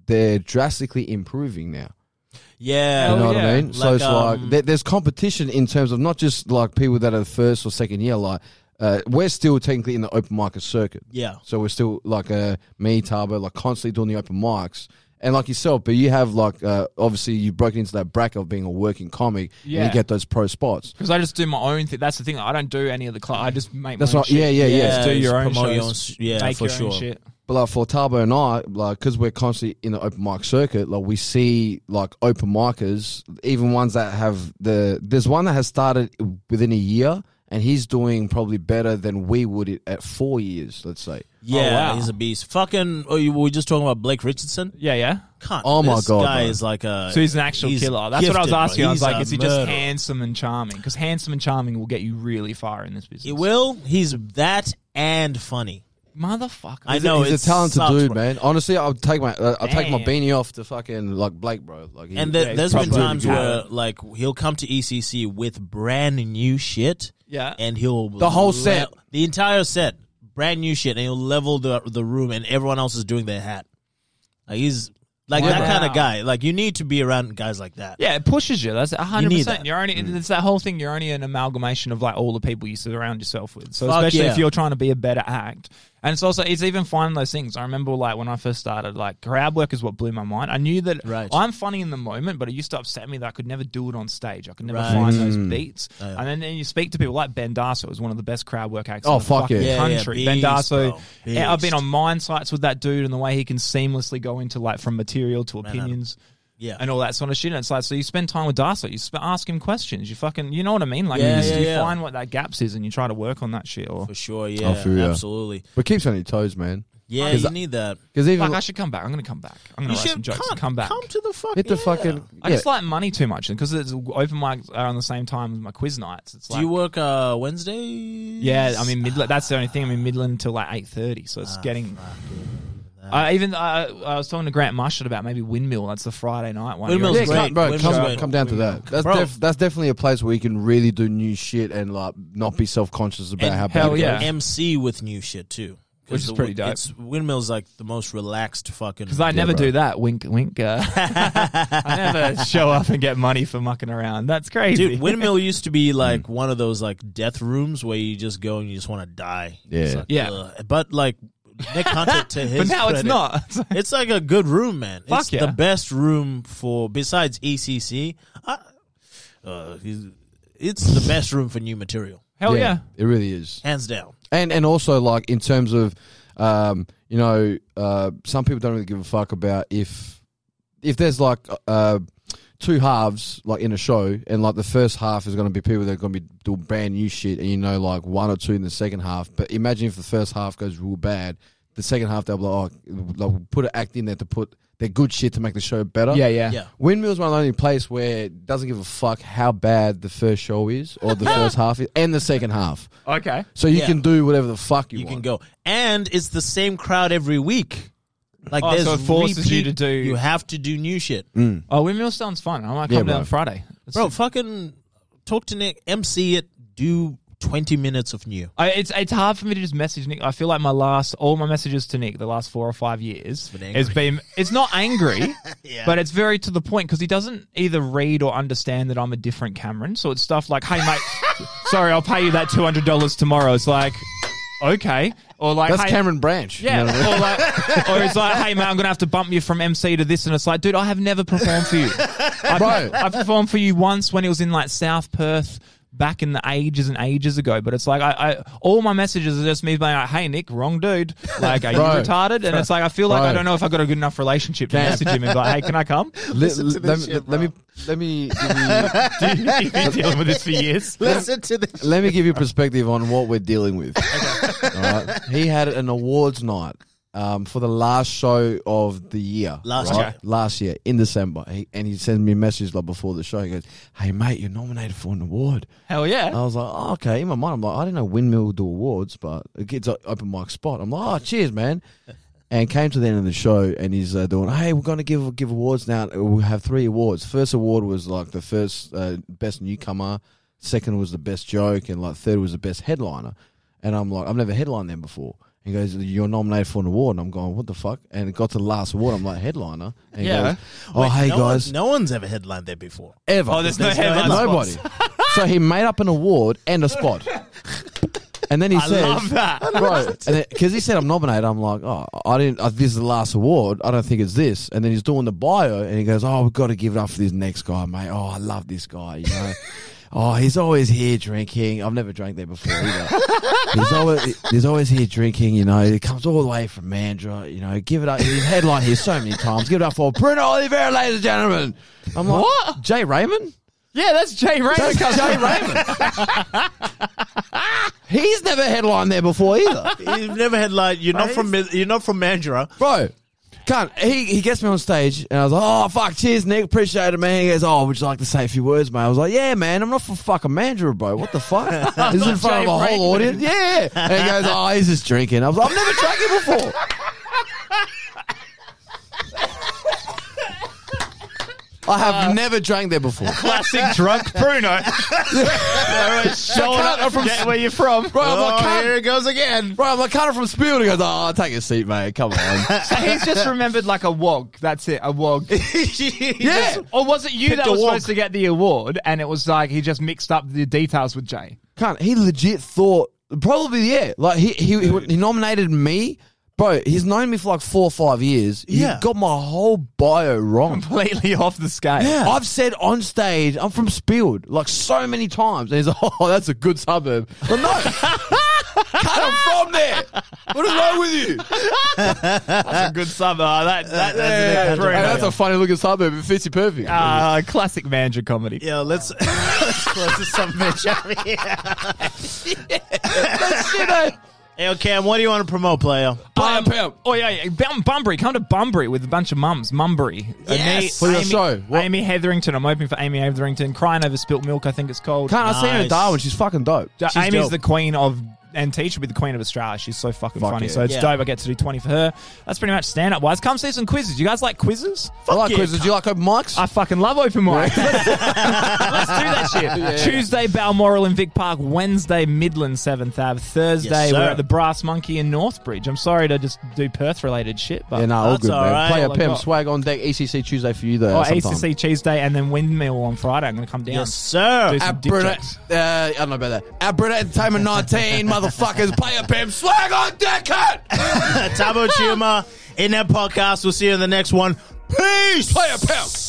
B: they're drastically improving now.
D: Oh, Yeah,
B: You know what
C: yeah.
B: I mean? so
D: Like,
B: it's like
D: um,
B: there, there's competition in terms of not just like people that are first or second year. Like uh, we're still technically in the open market circuit.
D: yeah,
B: So we're still like uh, me, Tabo, like constantly doing the open mics. And like yourself, but you have like uh, obviously you broke into that bracket of being a working comic, and
C: Yeah.
B: you get those pro spots.
C: Because I just do my own thing. That's the thing. I don't do any of the club. I just make.
B: That's
C: my own
B: not- yeah,
C: shit.
B: yeah, yeah.
C: Just do
D: Yeah,
C: your
D: just
C: own
D: promote your
C: shows.
D: own s- yeah,
C: make
D: for
C: your own
D: sure.
C: shit.
B: But like for Tabo and I, like because we're constantly in the open mic circuit, like we see like open micers, even ones that have the. There's one that has started within a year, and he's doing probably better than we would i- at four years, let's say.
D: yeah.
C: wow.
D: He's a beast. Fucking. Oh, you, were we just talking about Blake Richardson?
C: Yeah, yeah.
D: Cunt.
B: Oh my
D: this
B: God,
D: guy
B: bro.
D: is like a.
C: So he's an actual
D: he's
C: killer. That's what I was
D: gifted, bro.
C: asking. I was
D: He's
C: like,
D: a
C: is he just
D: murderer.
C: handsome and charming? Because handsome and charming will get you really far in this business.
D: He will. He's that and funny.
C: Motherfucker.
D: I know
B: he's
D: it
B: a talented
D: Oh, sucks,
B: dude,
D: bro.
B: man. Honestly, I'll take my uh, I'll take my
C: Damn.
B: beanie off to fucking like Blake, bro. Like, he-
D: And there
C: Yeah,
D: there's
C: he's
D: been
C: probably
D: times
C: really
D: where
C: good.
D: like he'll come to ECC with brand new shit.
C: Yeah.
D: and he'll
B: The whole set.
D: the entire set, brand new shit, and he'll level the the room, and everyone else is doing their hat. Like he's like
C: Wow.
D: that kind of guy. Like you need to be around guys like that.
C: Yeah, it pushes you. That's hundred
D: need
C: percent.
D: that.
C: You're only it's that Mm. whole thing. You're only an amalgamation of like all the people you surround yourself with. So
D: Fuck
C: especially
D: yeah.
C: if you're trying to be a better act, and it's also it's even finding those things. I remember like when I first started, like crowd work is what blew my mind. I knew that
D: Right.
C: I'm funny in the moment, but it used to upset me that I could never do it on stage. I could never
D: Right.
C: find those beats.
D: yeah.
C: And then, then you speak to people like Ben Darso is one of the best crowd work acts.
B: Oh,
C: in the
B: fuck
C: fucking
B: yeah.
D: Yeah, yeah,
C: country. ben
D: beast,
C: Darso.
D: bro.
C: Yeah, I've been
D: Beast.
C: on mine sites with that dude and the way he can seamlessly go into like from material to
D: I-
C: opinions
D: Yeah.
C: and all that sort of shit. And it's like, so you spend time with Darcy, you sp- ask him questions, you fucking, you know what I mean? Like, you,
D: Yeah,
C: just,
D: yeah,
C: you
D: yeah.
C: find what that gaps is and you try to work on that shit. Or
D: for sure. Yeah,
B: Oh, for real.
D: absolutely.
B: but keeps on your toes, man.
D: Yeah,
B: 'Cause
D: you
B: I-
D: need that.
B: Because even
C: like, I should come back. I'm gonna come back. I'm gonna
D: You
C: write some
D: should
C: jokes
D: come,
C: and come back.
D: Come to the fuck.
B: hit the
D: yeah.
B: fucking.
C: I just like money too much because it's open mics are on the same time as my quiz nights. It's
D: Do
C: like.
D: you work uh Wednesday? Yeah,
C: yeah, I'm in Midland. That's the only thing. I'm in Midland till like eight thirty, so
D: Ah,
C: it's getting. I even I, I was talking to Grant Mushett about maybe Windmill. That's the Friday night one. He
D: Windmill's
B: Yeah,
C: reckons-
D: great.
B: come, bro,
D: Women's
B: come,
D: great.
B: come down to that. That's
D: Bro.
B: def- that's definitely a place where you can really do new shit and like not be self conscious about
D: And
B: how
C: hell
B: bad. it
C: Oh, yeah.
B: goes.
D: MC with new shit too. 'Cause
C: Which is
D: the-
C: pretty dope.
D: It's, Windmill's like the most relaxed fucking.
C: Because I never
B: bro.
C: do that. Wink, wink. Uh, I never show up and get money for mucking around. That's crazy.
D: Dude, Windmill used to
C: Hmm.
D: be like one of those like death rooms where you just go and you just want to die. It's
B: Yeah.
D: like,
C: Yeah.
D: ugh. But like Nick Hunter to his
C: but now it's
D: credit,
C: not. It's like-
D: It's like a good room, man.
C: Fuck
D: it's
C: yeah.
D: the best room for besides ECC. I, uh, he's- it's the best room for new material,
C: hell yeah.
B: it really is.
D: hands down.
B: and and also like in terms of um you know uh some people don't really give a fuck about if if there's like uh two halves like in a show, and like the first half is going to be people that are going to be doing brand new shit, and you know like one or two in the second half. But imagine if the first half goes real bad, the second half they'll be like, oh, like we'll put an act in there to put their good shit to make the show better.
E: Yeah, yeah.
D: Yeah.
B: Windmill's my only place where it doesn't give a fuck how bad the first show is or the first half is and the second half.
E: Okay.
B: So you
D: Yeah.
B: can do whatever the fuck you,
D: you
B: want.
D: can go. And it's the same crowd every week. Like
C: Oh,
D: there's
C: so it forces you
D: repeat-
C: to do-
D: You have to do new shit,
B: Mm.
C: Oh, windmill sounds fun. I might
B: Yeah,
C: come
B: bro.
C: down Friday. It's-
D: bro. Fucking talk to Nick, MC it, do twenty minutes of new.
C: I, it's it's hard for me to just message Nick. I feel like my last all my messages to Nick the last four or five years
D: been angry.
C: has been it's not angry, but it's very to the point because he doesn't either read or understand that I'm a different Cameron. So it's stuff like, "Hey mate, sorry, I'll pay you that two hundred dollars tomorrow." It's like, okay, or like,
B: That's
C: "Hey,
B: Cameron Branch.
C: Yeah,
B: You know what I mean?
C: or like, or it's like, hey man, I'm gonna have to bump you from MC to this, and it's like, dude, I have never performed for you. I,
B: Bro.
C: I performed for you once when it was in like South Perth back in the ages and ages ago. But it's like, I, I all my messages are just me being like, hey Nick, wrong dude. Like, are you
B: Bro.
C: retarded? And it's like, I feel like
B: Bro.
C: I don't know if I got a good enough relationship to message him and be like, hey, can I come?
B: Let, let, me- let me let me give you,
C: You've been dealing with this for years.
D: Listen to this.
B: let me give you perspective on what we're dealing with. All right? He had an awards night um, for the last show of the year.
D: Last
B: right?
D: year.
B: last year in December, he, and he sends me a message like before the show. He goes, "Hey mate, you're nominated for an award."
C: Hell yeah.
B: I was like, oh, okay. In my mind, I'm like, I didn't know Windmill do awards, but it gets an open mic spot. I'm like, oh, cheers, man. And came to the end of the show, and he's uh, doing, hey, we're going to give give awards now. We have three awards. First award was like the first uh, best newcomer. Second was the best joke, and like third was the best headliner. And I'm like, I've never headlined them before. He goes, you're nominated for an award. And I'm going, what the fuck? And it got to the last award. I'm like, headliner. And he
C: Yeah.
B: goes, oh, hey,
D: no
B: guys.
D: One, no one's ever headlined there before.
B: Ever.
C: Oh, there's no There's no headline
B: Nobody. so he made up an award and a spot. And then he says,
C: Love that.
B: bro, because he said I'm nominated. I'm like, oh, I didn't. Uh, this is the last award. I don't think it's this. And then he's doing the bio, and he goes, oh, we've got to give it up for this next guy, mate. Oh, I love this guy. You know, oh, he's always here drinking. I've never drank there before either. he's always he's always here drinking. You know, he comes all the way from Mandra. You know, give it up. He's headlined here so many times. Give it up for Bruno Oliveira, ladies and gentlemen. I'm like,
C: What?
B: Jay Raymond.
C: Yeah, that's Jay Ray.
B: That's Jay Raymond. He's never headlined there before either.
D: You've never headlined. You're not from. Mid- You're not from Mandurah.
B: Bro, can't. He, he gets me on stage, and I was like, oh, fuck, cheers, Nick. Appreciate it, man. He goes, oh, would you like to say a few words, mate? I was like, yeah, man, I'm not for fucking Mandra, bro. What the fuck? this is in front of
C: Jay
B: a whole
C: Raymond.
B: audience. Yeah. And he goes, oh, he's just drinking. I was like, I've never drank it before. I have never drank there before.
C: Classic drunk Bruno. Showing up from get where you're from.
B: Bro, I'm like, can't,
D: Oh, it goes again.
B: bro, I'm like, cut it from spill. And he goes, oh, take a seat, mate. Come on.
C: So he's just remembered like a wog. That's it, a wog.
B: yeah.
C: Or was it you
D: Picked
C: that
D: a
C: was
D: wog.
C: supposed to get the award and it was like he just mixed up the details with Jay?
B: Can't. He legit thought probably yeah. Like he he he, he nominated me, bro. He's known me for like four or five years.
D: Yeah.
B: He got my whole bio wrong.
C: Completely off the scale.
B: I've said on stage, I'm from Spield, like so many times. And he's like, oh, that's a good suburb. But no, cut him from there. What is wrong with you?
C: That's a good summer. That, that,
B: Yeah,
C: that's,
B: and that's a funny looking suburb. It fits you perfect.
C: uh, classic manager comedy.
D: Yeah, let's
B: Oh.
D: let's close this up, bitch. Hey, Cam, what do you want to promote, player?
B: Buy a pimp.
C: Oh yeah, yeah. Bum- Bunbury, come to Bunbury with a bunch of mums. Mumbury,
D: Yes.
B: For your
C: Amy,
B: show. What-
C: Amy Hetherington. I'm hoping for Amy Hetherington. Crying over spilt milk, I think it's called.
B: Can't I see her in
D: Nice.
B: Darwin? She's fucking dope.
C: Uh,
D: She's
C: Amy's
D: dope.
C: the queen of and Teach will be the queen of Australia. She's so fucking
B: Fuck
C: funny.
B: yeah.
C: So it's
D: Yeah.
C: dope. I get to do twenty for her. That's pretty much stand up wise. Come see some quizzes. You guys like quizzes?
B: I like
D: yeah,
B: quizzes. Do you like open mics?
C: I fucking love open mic. Let's, let's do that shit. Tuesday Balmoral in Vic Park. Wednesday Midland Seventh Ave. Thursday
D: Yes, sir.
C: we're at the Brass Monkey in Northbridge. I'm sorry to just do Perth related shit, but
B: yeah, nah, all
D: That's
B: good,
D: all
B: man.
D: right.
B: Play
C: All
B: a
C: I
B: pimp
C: got.
B: swag on deck. ECC Tuesday for you though.
C: oh,
B: sometime.
C: ACC Tuesday and then Windmill on Friday. I'm gonna come down.
D: Yes, sir.
C: Do some
B: At
C: dick
B: Brunette,
C: jokes.
B: uh, I don't know about that. At Brunette Entertainment 19, motherfuckers, play a pimp swag on deck cut!
D: Tabo Chima in that podcast. We'll see you in the next one. Peace.
B: Play a pimp!